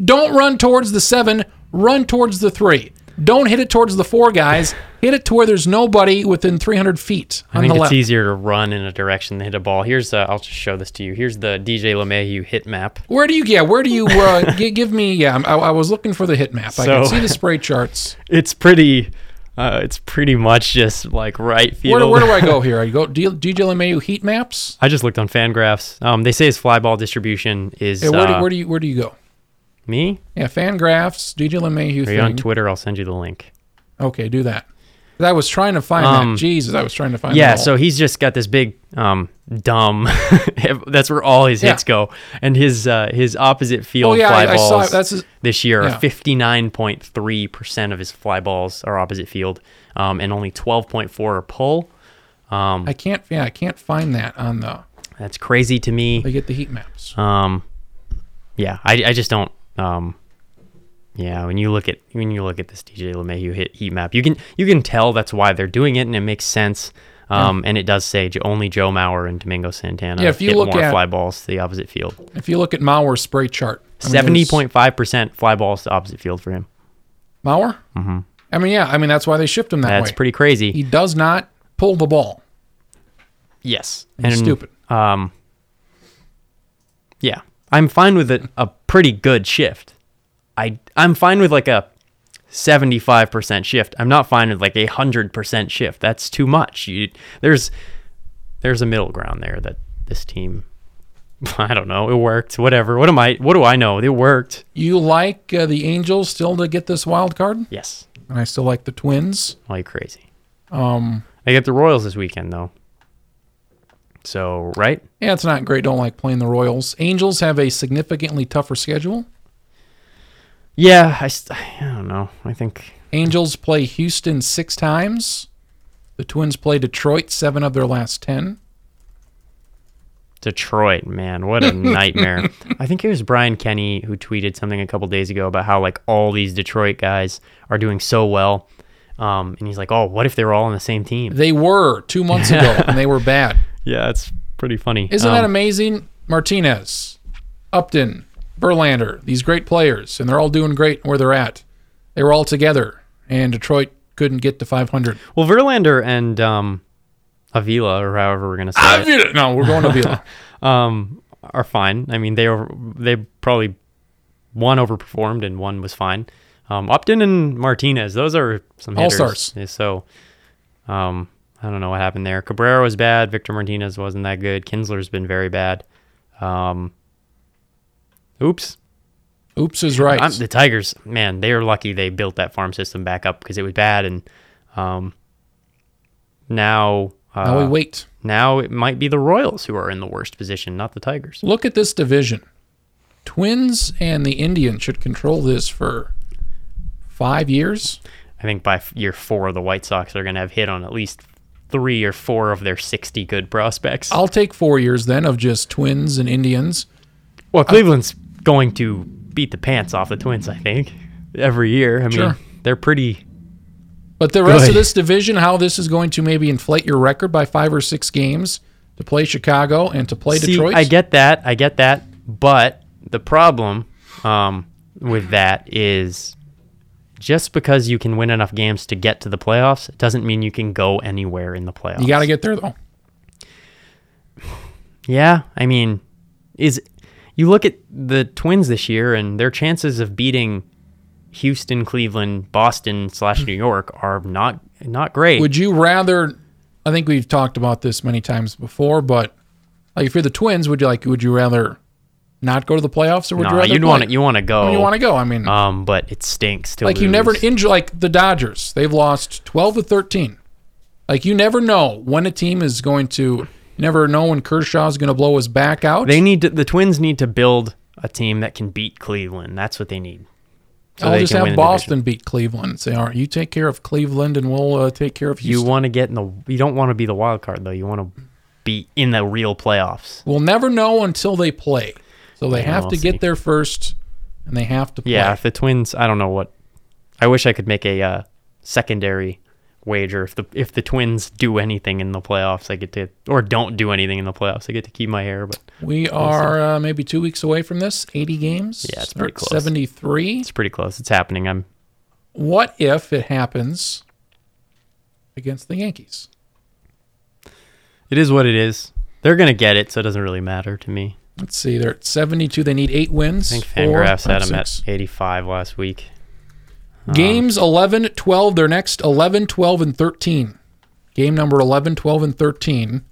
A: don't run towards the seven, run towards the three. Don't hit it towards the four guys. Hit it to where there's nobody within 300 feet on
B: I think
A: the
B: it's
A: left.
B: easier to run in a direction than hit a ball. Here's uh, I'll just show this to you. Here's the DJ LeMahieu hit map.
A: Where do you? Yeah, where do you? Uh, gi- give me. Yeah, I, I was looking for the hit map. I can
B: So-
A: see the spray charts.
B: It's pretty. Uh, it's pretty much just like right
A: Where,
B: field.
A: do- where do I go here? I go D- DJ LeMayu heat maps.
B: I just looked on Fangraphs. Um, they say his fly ball distribution is.
A: Yeah, where, do,
B: uh,
A: where do you? Where do you go?
B: me?
A: Yeah, fan graphs, DJ LeMayu
B: Are you on
A: thing.
B: Twitter? I'll send you the link.
A: okay, do that. 'Cause I was trying to find
B: Um,
A: that. Jesus, I was trying to find.
B: Yeah,
A: that all.
B: so he's just got this big um, dumb. that's where all his hits
A: Yeah.
B: go, and his uh, his opposite field
A: Oh, yeah,
B: fly
A: I- I saw it.
B: balls
A: That's his-
B: this year
A: Yeah.
B: are fifty nine point three percent of his fly balls are opposite field, um, and only twelve point four are pull. Um,
A: I can't. Yeah, I can't find that on the.
B: that's crazy to me.
A: They get the heat maps.
B: Um, yeah, I, I just don't. Um, yeah, when you look at when you look at this DJ LeMahieu hit heat map, you can you can tell that's why they're doing it, and it makes sense. Um, and it does say j- only Joe Mauer and Domingo Santana
A: Yeah, if you
B: hit
A: look
B: more
A: at-
B: fly balls to the opposite field.
A: If you look at Mauer's spray chart, I mean,
B: Seventy
A: there's-
B: point five percent fly balls to opposite field for him.
A: Mauer. Mm-hmm. I mean, yeah. I mean, that's why they shipped him that
B: That's
A: way.
B: pretty crazy.
A: he does not pull the ball.
B: yes,
A: He's stupid.
B: Um, yeah, I'm fine with a, a pretty good shift. I I'm fine with like a 75% shift. I'm not fine with like a 100% shift. That's too much. You there's there's a middle ground there that this team I don't know. It worked. Whatever. What am I what do I know? It worked.
A: You like uh, the Angels still to get this wild card,
B: Yes.
A: and I still like the Twins.
B: Oh, you crazy.
A: Um,
B: I get the Royals this weekend though. So, right?
A: yeah, it's not great. Don't like playing the Royals. Angels have a significantly tougher schedule.
B: Yeah, I, st- I don't know. I think
A: Angels play Houston six times. The Twins play Detroit seven of their last ten.
B: Detroit, man, what a nightmare. I think it was Brian Kenny who tweeted something a couple days ago about how like all these Detroit guys are doing so well. Um, and he's like, "Oh, what if they were all on the same team?"
A: They were two months ago, and they were bad.
B: Yeah, that's pretty funny.
A: Isn't that amazing? Martinez, Upton, Verlander, these great players, and they're all doing great where they're at. They were all together, and Detroit couldn't get to 500.
B: Um, well, Verlander and um, Avila, or however we're gonna say it,
A: Avila- No, we're going to Vila.
B: um, are fine. I mean, they over, they probably one overperformed and one was fine. Um, Upton and Martinez, those are some hitters.
A: All-stars.
B: Yeah, So, um, I don't know what happened there. Cabrera was bad. Victor Martinez wasn't that good. Kinsler's been very bad. Um, oops.
A: Oops is right.
B: I'm, the Tigers, man, they are lucky they built that farm system back up because it was bad, and um, now uh,
A: now we wait.
B: now it might be the Royals who are in the worst position, not the Tigers.
A: Look at this division. Twins and the Indians should control this for five years.
B: I think by f- year four, the White Sox are going to have hit on at least three or four of their 60 good prospects.
A: I'll take four years then of just Twins and Indians.
B: well, Cleveland's going to beat the pants off the Twins, I think, every year. I mean,
A: Sure.
B: they're pretty.
A: But the rest
B: Good.
A: of this division, how this is going to maybe inflate your record by five or six games to play Chicago and to play
B: See,
A: Detroit.
B: I get that. I get that. But the problem um, with that is just because you can win enough games to get to the playoffs it doesn't mean you can go anywhere in the playoffs.
A: you got to get there though.
B: Yeah, I mean, is you look at the Twins this year and their chances of beating Houston, Cleveland, Boston slash New York are not not great.
A: Would you rather? I think we've talked about this many times before, but like if you're the Twins, would you like? Would you rather not go to the playoffs, or would you
B: no,
A: rather?
B: you'd
A: play?
B: want to you want to
A: I
B: go.
A: mean, you want to go? I mean,
B: um, but it stinks to
A: like you never
B: lose.
A: injure like the Dodgers. They've lost 12 to 13. Like you never know when a team is going to you never know when Kershaw's going to blow his back out.
B: They need to, the Twins need to build a team that can beat Cleveland. That's what they need. So
A: I'll
B: they
A: just
B: can
A: have
B: win the division.
A: Boston beat Cleveland. Say, all right, you take care of Cleveland, and we'll uh, take care of
B: You
A: Houston.
B: want to get in the. You don't want to be the wild card though. You want to be in the real playoffs.
A: we'll never know until they play. So they
B: Yeah,
A: have
B: we'll
A: to
B: see.
A: get there first, and they have to play.
B: Yeah, if the Twins, I don't know what. I wish I could make a uh, secondary wager. If the if the Twins do anything in the playoffs, I get to, or don't do anything in the playoffs, I get to keep my hair. But
A: we are uh, maybe two weeks away from this. 80 games.
B: Yeah, it's
A: Start
B: pretty close.
A: 73.
B: it's pretty close. It's happening. I'm
A: What if it happens against the Yankees?
B: It is what it is. They're gonna get it, so it doesn't really matter to me.
A: Let's see. They're at 72. They need eight wins.
B: I think
A: Four,
B: Fangraphs
A: five,
B: had them
A: six.
B: at uh-huh. 85 last week.
A: Games 11, 12, their next 11, 12, and 13. Game number 11, 12, and 13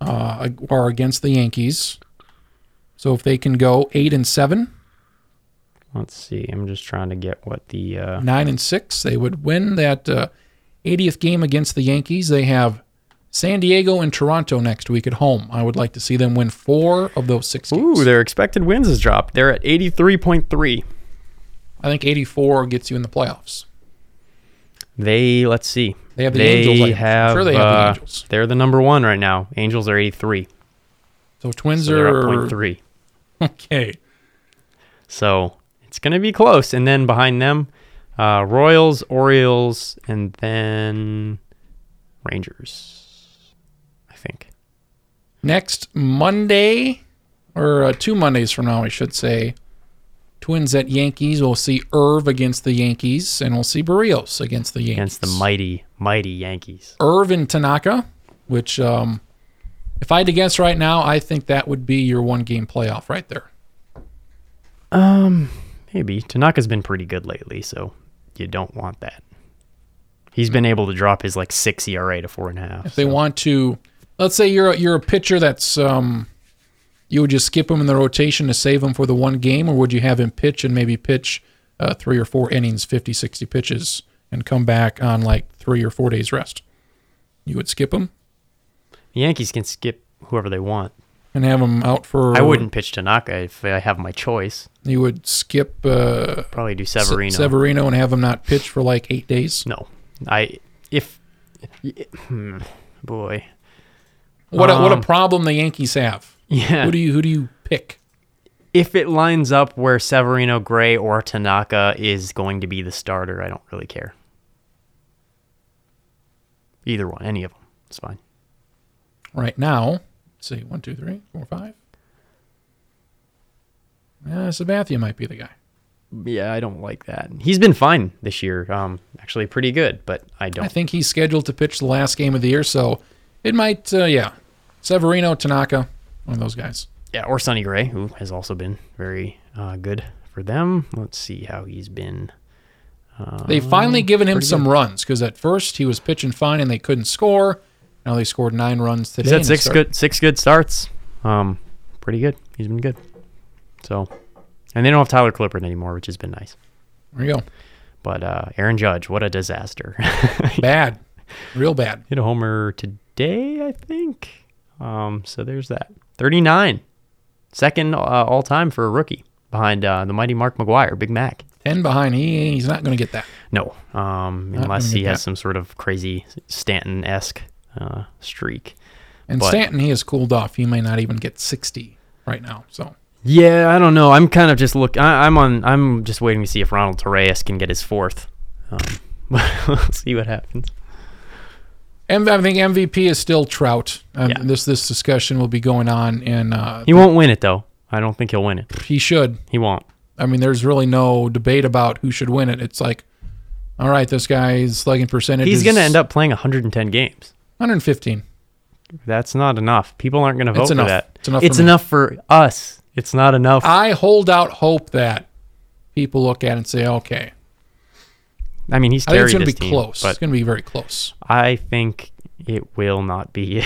A: uh, are against the Yankees. So if they can go 8 and 7,
B: Let's see. I'm just trying to get what the uh,
A: 9 and 6, they would win that uh, 80th game against the Yankees. They have San Diego and Toronto next week at home. I would like to see them win four of those six games.
B: ooh their expected wins has dropped. They're at 83.3.
A: I think 84 gets you in the playoffs.
B: They let's see.
A: They have the Angels, I think. I'm
B: Have,
A: sure they have the
B: uh,
A: Angels.
B: They're the number one right now. Angels are 83.
A: So Twins
B: So they're at
A: are
B: 0.3.
A: okay.
B: So it's gonna be close. And then behind them, uh, Royals, Orioles, and then Rangers. I think.
A: Next Monday, or uh, two Mondays from now, I should say, Twins at Yankees. We'll see Irv against the Yankees, and we'll see Barrios against the Yankees.
B: against the mighty, mighty Yankees.
A: Irv and Tanaka, which, um, if I had to guess right now, I think that would be your one game playoff right there.
B: Um, maybe Tanaka's been pretty good lately, so you don't want that. He's been able to drop his like six ERA to four and a half.
A: If they want to, let's say you're a, you're a pitcher that's um, you would just skip him in the rotation to save him for the one game, or would you have him pitch and maybe pitch uh, three or four innings, 50, 60 pitches, and come back on like three or four days rest? You would skip him
B: the Yankees can skip whoever they want.
A: and have him out for.
B: I wouldn't pitch Tanaka if I have my choice.
A: You would skip uh,
B: Probably do
A: Se-
B: Severino.
A: Severino and have him not pitch for like eight days.
B: no, I if y- hmm, boy,
A: What a, what a
B: Um,
A: problem the Yankees have.
B: yeah.
A: Who do you who do you pick?
B: if it lines up where Severino Gray or Tanaka is going to be the starter, I don't really care. Either one, any of them, it's fine.
A: right now. Let's see, one, two, three, four, five. Uh, Sabathia might be the guy.
B: Yeah, I don't like that. He's been fine this year, um, actually pretty good, but I
A: I
B: don't.
A: think he's scheduled to pitch the last game of the year, so it might, uh, yeah. Severino, Tanaka, one of those guys.
B: Yeah, or Sonny Gray, who has also been very uh, good for them. Let's see how he's been. uh,
A: They've finally given him some runs because at first he was pitching fine and they couldn't score. Now they scored nine runs today.
B: He's had
A: and
B: six
A: started-
B: good six good starts. Um, pretty good. He's been good. So, and they don't have Tyler Clippard anymore, which has been nice.
A: There you go.
B: But uh, Aaron Judge, what a disaster.
A: Bad. Real bad.
B: Hit a homer today, I think. Um, so there's that. 39, second uh, all time for a rookie behind uh, the mighty Mark McGuire, Big Mac.
A: 10 behind. He, he's not going to get that.
B: No, um,
A: Not
B: unless
A: gonna
B: he
A: get
B: has
A: that.
B: some sort of crazy Stanton esque uh, streak.
A: And
B: But-
A: Stanton, he has cooled off. He may not even get 60 right now. So
B: Yeah, I don't know. I'm kind of just look. I, I'm on. I'm just waiting to see if Ronald Torres can get his fourth. Um, we'll see what happens.
A: M- I think MVP is still Trout. Um,
B: Yeah.
A: This this discussion will be going on, and uh,
B: He won't win it though. I don't think he'll win it.
A: he should.
B: He won't.
A: I mean, there's really no debate about who should win it. It's like, all right, this guy's slugging percentage.
B: He's
A: is
B: going to end up playing 110 games.
A: 115.
B: That's not enough. People aren't going to vote
A: It's enough.
B: for that.
A: It's enough
B: It's
A: for me.
B: enough for us. It's not enough. I,
A: I hold out hope that people look at it and say, okay,
B: mean, he's
A: I think
B: carried
A: it's going to
B: this
A: be
B: team,
A: close. It's
B: but
A: going to be very close.
B: I think it will not be.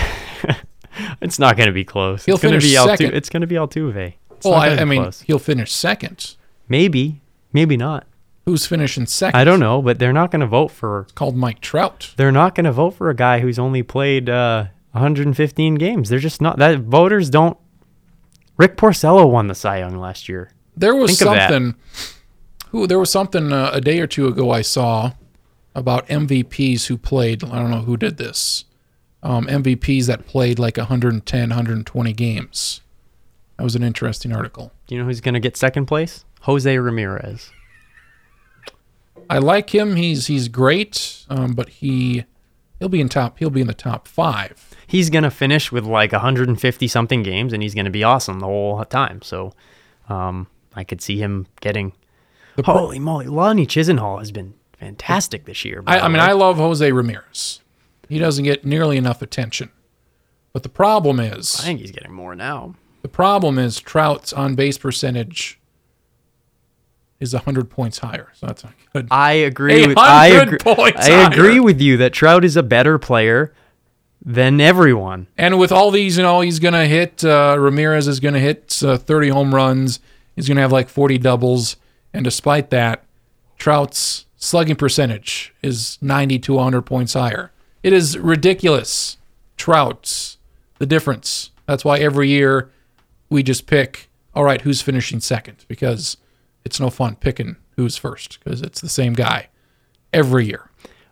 B: it's not going to be close.
A: He'll
B: it's going to
A: finish
B: be Altu-
A: second.
B: It's going to be Altuve. It's
A: well,
B: not
A: I,
B: gonna
A: I
B: be
A: mean,
B: close.
A: he'll finish second.
B: maybe, maybe not.
A: Who's finishing second?
B: I don't know, but they're not going to vote for.
A: Called Mike Trout.
B: They're not going to vote for a guy who's only played uh, 115 games. They're just not. That voters don't. Rick Porcello won the Cy Young last year.
A: There was
B: Think of that.
A: something. Who there was something uh, a day or two ago I saw about MVPs who played. I don't know who did this. Um, MVPs that played like 110, 120 games. That was an interesting article.
B: Do you know who's going to get second place? Jose Ramirez.
A: I like him. He's he's great, um, but he he'll be in top. He'll be in the top five.
B: He's going to finish with like 150 something games, and he's going to be awesome the whole time. So um, I could see him getting. Holy moly, Lonnie Chisenhall has been fantastic this year. by
A: I, I
B: the
A: mean,
B: way.
A: I love Jose Ramirez. He doesn't get nearly enough attention. But the problem is,
B: I think he's getting more now.
A: the problem is Trout's on base percentage is hundred points higher. So that's not good.
B: I agree.
A: A
B: With, I,
A: hundred
B: agree
A: points
B: I agree
A: higher.
B: with you that Trout is a better player than everyone.
A: And with all these, you know, he's going to hit, uh, Ramirez is going to hit uh, 30 home runs. He's going to have like 40 doubles. And despite that, Trout's slugging percentage is 90 to 100 points higher. It is ridiculous. Trout's the difference. That's why every year we just pick, all right, who's finishing second? Because it's no fun picking who's first because it's the same guy every year.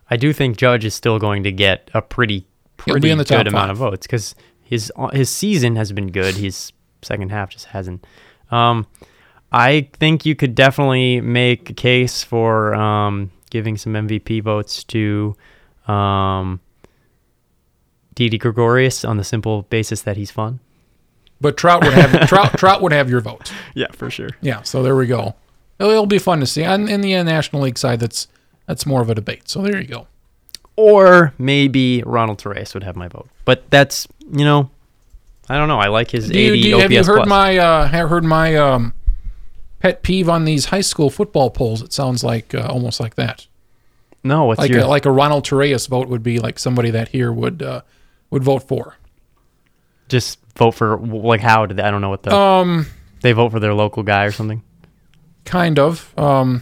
B: I do think Judge is still going to get a pretty
A: He'll be
B: pretty
A: in the
B: good
A: top
B: amount
A: five.
B: of votes because his his season has been good. His second half just hasn't. Um, I think you could definitely make a case for um, giving some MVP votes to um, Didi Gregorius on the simple basis that he's fun.
A: But Trout would have Trout, Trout would have your vote.
B: Yeah, for sure.
A: Yeah, so there we go. It'll, it'll be fun to see. And in the uh, National League side, that's that's more of a debate. So there you go.
B: or maybe Ronald Torres would have my vote. But that's you know, I don't know. I like his
A: Do you,
B: 80
A: do you-
B: OPS
A: have you heard
B: plus.
A: my uh, have heard my um, pet peeve on these high school football polls? It sounds like uh, almost like that.
B: no, what's
A: Like uh,
B: your
A: a, like a Ronald Torres vote would be like somebody that here would uh, would vote for.
B: just vote for like how did they, I don't know what the
A: Um,
B: they vote for their local guy or something.
A: kind of. Um,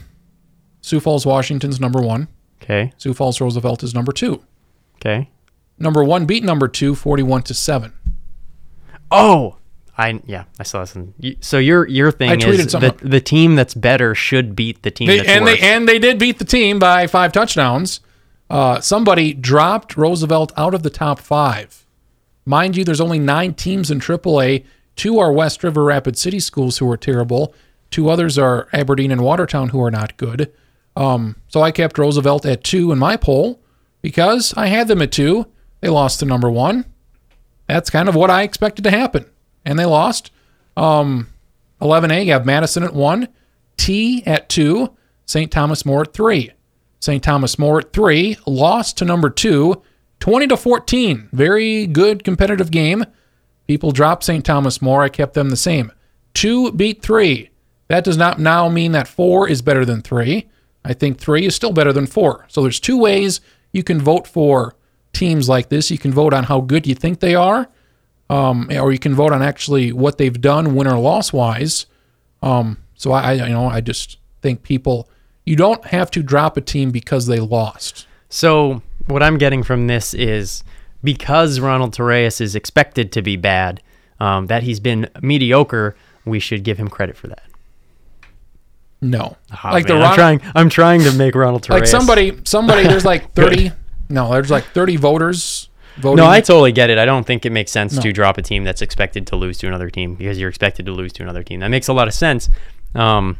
A: Sioux Falls, Washington's number one.
B: Okay,
A: Sioux Falls, Roosevelt is number two.
B: okay.
A: Number one beat number two, 41 to seven.
B: Oh, I yeah, I saw this. in- you- So your your
A: I
B: thing
A: tweeted
B: is
A: something
B: the, the team that's better should beat the team
A: They-
B: that's
A: and
B: worse.
A: they and they did beat the team by five touchdowns. Uh, somebody dropped Roosevelt out of the top five. Mind you, there's only nine teams in AAA. Two are West River Rapid City schools who are terrible. Two others are Aberdeen and Watertown who are not good. Um, so I kept Roosevelt at two in my poll because I had them at two. They lost to number one. That's kind of what I expected to happen, and they lost. Um, 11A, you have Madison at 1, T at 2, St. Thomas More at 3. St. Thomas More at 3, lost to number 2, 20 to 14. Very good competitive game. People dropped St. Thomas More. I kept them the same. 2 beat 3. That does not now mean that 4 is better than 3. I think 3 is still better than 4. So there's two ways you can vote for teams like this. You can vote on how good you think they are um, or you can vote on actually what they've done, win or loss wise. Um, so I, I, you know, I just think people, you don't have to drop a team because they lost.
B: So what I'm getting from this is because Ronald Torres is expected to be bad, um, that he's been mediocre, we should give him credit for that.
A: No,
B: Ah,
A: like
B: man,
A: the Ron-
B: I'm trying, I'm trying to make Ronald Torres.
A: like somebody, somebody. There's like thirty. no, there's like thirty voters voting.
B: No, I totally get it. I don't think it makes sense to drop a team that's expected to lose to another team because you're expected to lose to another team. That makes a lot of sense. Um,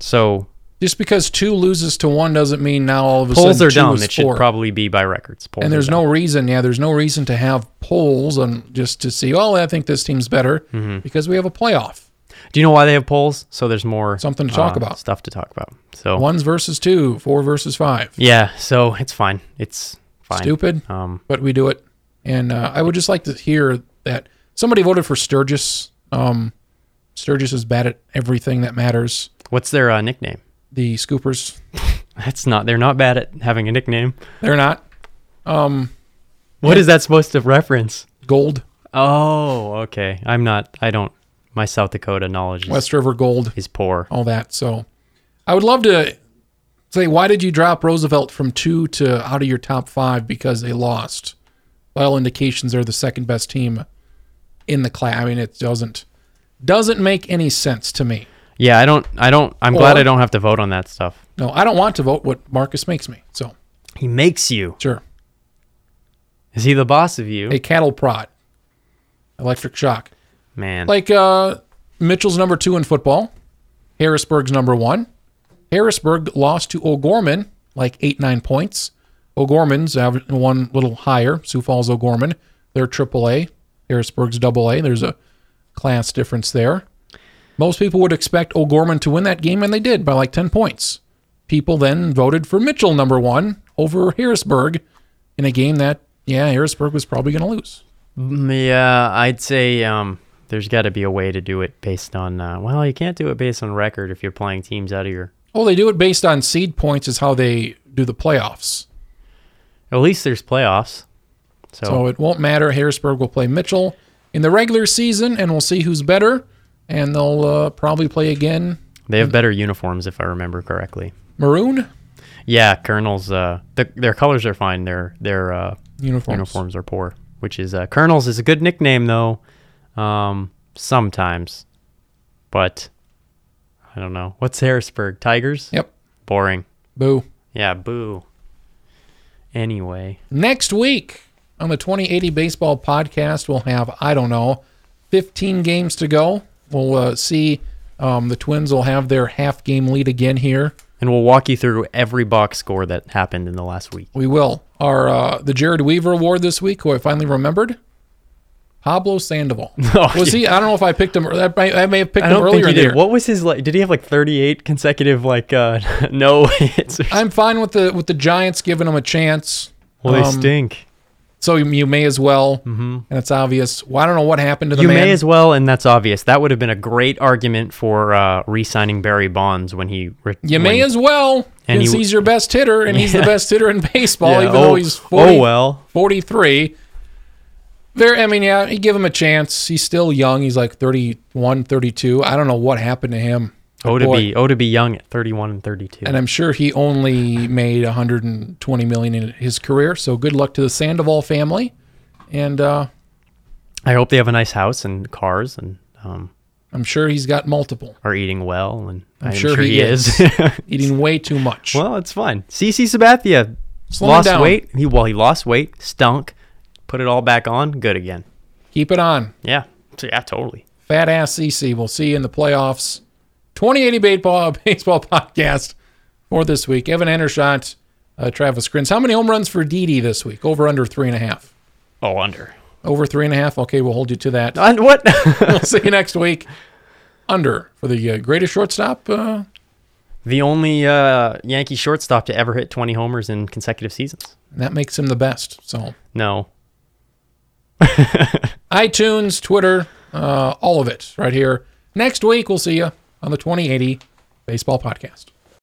B: so
A: just because two loses to one doesn't mean now all of a
B: polls
A: sudden
B: are
A: two
B: dumb.
A: is
B: It should
A: four.
B: probably be by records. Polls
A: and
B: are
A: there's
B: dumb.
A: no reason yeah there's no reason to have polls and just to see oh i think this team's better
B: Mm-hmm.
A: because we have a playoff
B: Do you know why they have polls? So there's more
A: Something to talk
B: uh,
A: about.
B: Stuff to talk about. So
A: ones versus two four versus five
B: yeah, so it's fine. It's fine.
A: stupid
B: Um,
A: but we do it. And uh, I would just like to hear that somebody voted for Sturgis. Um, Sturgis is bad at everything that matters.
B: what's their uh, nickname?
A: The Scoopers,
B: That's not. They're not bad at having a nickname.
A: they're not. Um,
B: What is that supposed to reference?
A: Gold,
B: Oh, okay. I'm not. I don't. My South Dakota knowledge is,
A: West River Gold,
B: is poor.
A: all that. So I would love to say, why did you drop Roosevelt from two to out of your top five because they lost? By all indications, they're the second best team in the class. I mean, it doesn't doesn't make any sense to me.
B: Yeah, I don't. I don't. I'm glad
A: Or-
B: I don't have to vote on that stuff.
A: No, I don't want to vote what Marcus makes me. So,
B: He makes you.
A: sure.
B: Is he the boss of you?
A: A cattle prod. Electric shock.
B: Man.
A: Like uh, Mitchell's number two in football, Harrisburg's number one. Harrisburg lost to O'Gorman like eight, nine points. O'Gorman's average, one little higher. Sioux Falls O'Gorman, they're AAA. Harrisburg's AA. There's a class difference there. Most people would expect O'Gorman to win that game, and they did by like 10 points. People then voted for Mitchell number one over Harrisburg in a game that, yeah, Harrisburg was probably going to lose.
B: Mm, yeah, I'd say um, there's got to be a way to do it based on. Uh, well, you can't do it based on record if you're playing teams out of your.
A: Well, they do it based on seed points, is how they do the playoffs.
B: At least there's playoffs. So,
A: So it won't matter. Harrisburg will play Mitchell in the regular season, and we'll see who's better. And they'll uh, probably play again.
B: they have better uniforms if I remember correctly.
A: Maroon
B: Yeah, Colonels. Uh, the, their colors are fine. Their their uh,
A: uniforms.
B: uniforms are poor, which is uh, Colonels is a good nickname though. Um, sometimes, but I don't know. What's Harrisburg Tigers?
A: Yep.
B: Boring.
A: Boo.
B: Yeah. Boo. Anyway.
A: Next week on the 2080 Baseball Podcast, we'll have, I don't know, 15 games to go. We'll uh, see. Um, the Twins will have their half game lead again here.
B: and we'll walk you through every box score that happened in the last week.
A: We will. Our uh, the Jared Weaver Award this week, who I finally remembered, Pablo Sandoval.
B: Oh,
A: was he? I don't know if I picked him. I may, I may have picked
B: I
A: him
B: don't
A: earlier
B: think he
A: in the year.
B: did. What was his like? Did he have like 38 consecutive like uh, no hits? Or something?
A: I'm fine with the with the Giants giving him a chance.
B: Well, they
A: Um,
B: stink.
A: So you, you may as well, mm-hmm. and it's obvious. Well, I don't know what happened to the
B: You
A: man.
B: may as well, and that's obvious. That would have been a great argument for uh, re-signing Barry Bonds when he. Re-
A: you may
B: when-
A: as well,
B: And
A: because
B: he-
A: he's your best hitter, and he's the best hitter in baseball,
B: Yeah,
A: even
B: oh,
A: though he's 40,
B: oh well.
A: 43. There, I mean, yeah, you give him a chance. He's still young. He's like 31, 32. I don't know what happened to him.
B: Oh to
A: boy.
B: be oh to be young at 31 and 32.
A: and I'm sure he only made 120 million in his career. So good luck to the Sandoval family, and uh,
B: I hope they have a nice house and cars and um,
A: I'm sure he's got multiple.
B: are eating well and I'm,
A: sure he
B: is.
A: Eating way too much.
B: Well, it's fine. CC Sabathia
A: Slow him
B: lost
A: down.
B: weight. He well, he lost weight, stunk, put it all back on, good again.
A: Keep it on.
B: Yeah, So, yeah, totally.
A: Fat ass CC. We'll see you in the playoffs. 2080 baseball baseball podcast for this week. Evan Endershot, uh, Travis Grins. How many home runs for Didi this week? Over under three and a half.
B: Oh, under.
A: Over three and a half. Okay, we'll hold you to that.
B: And what?
A: We'll see you next week. Under for the uh, greatest shortstop. Uh,
B: the only uh, Yankee shortstop to ever hit 20 homers in consecutive seasons.
A: that makes him the best. So
B: No.
A: iTunes, Twitter, uh, all of it right here. Next week, we'll see you on the 2080 baseball podcast.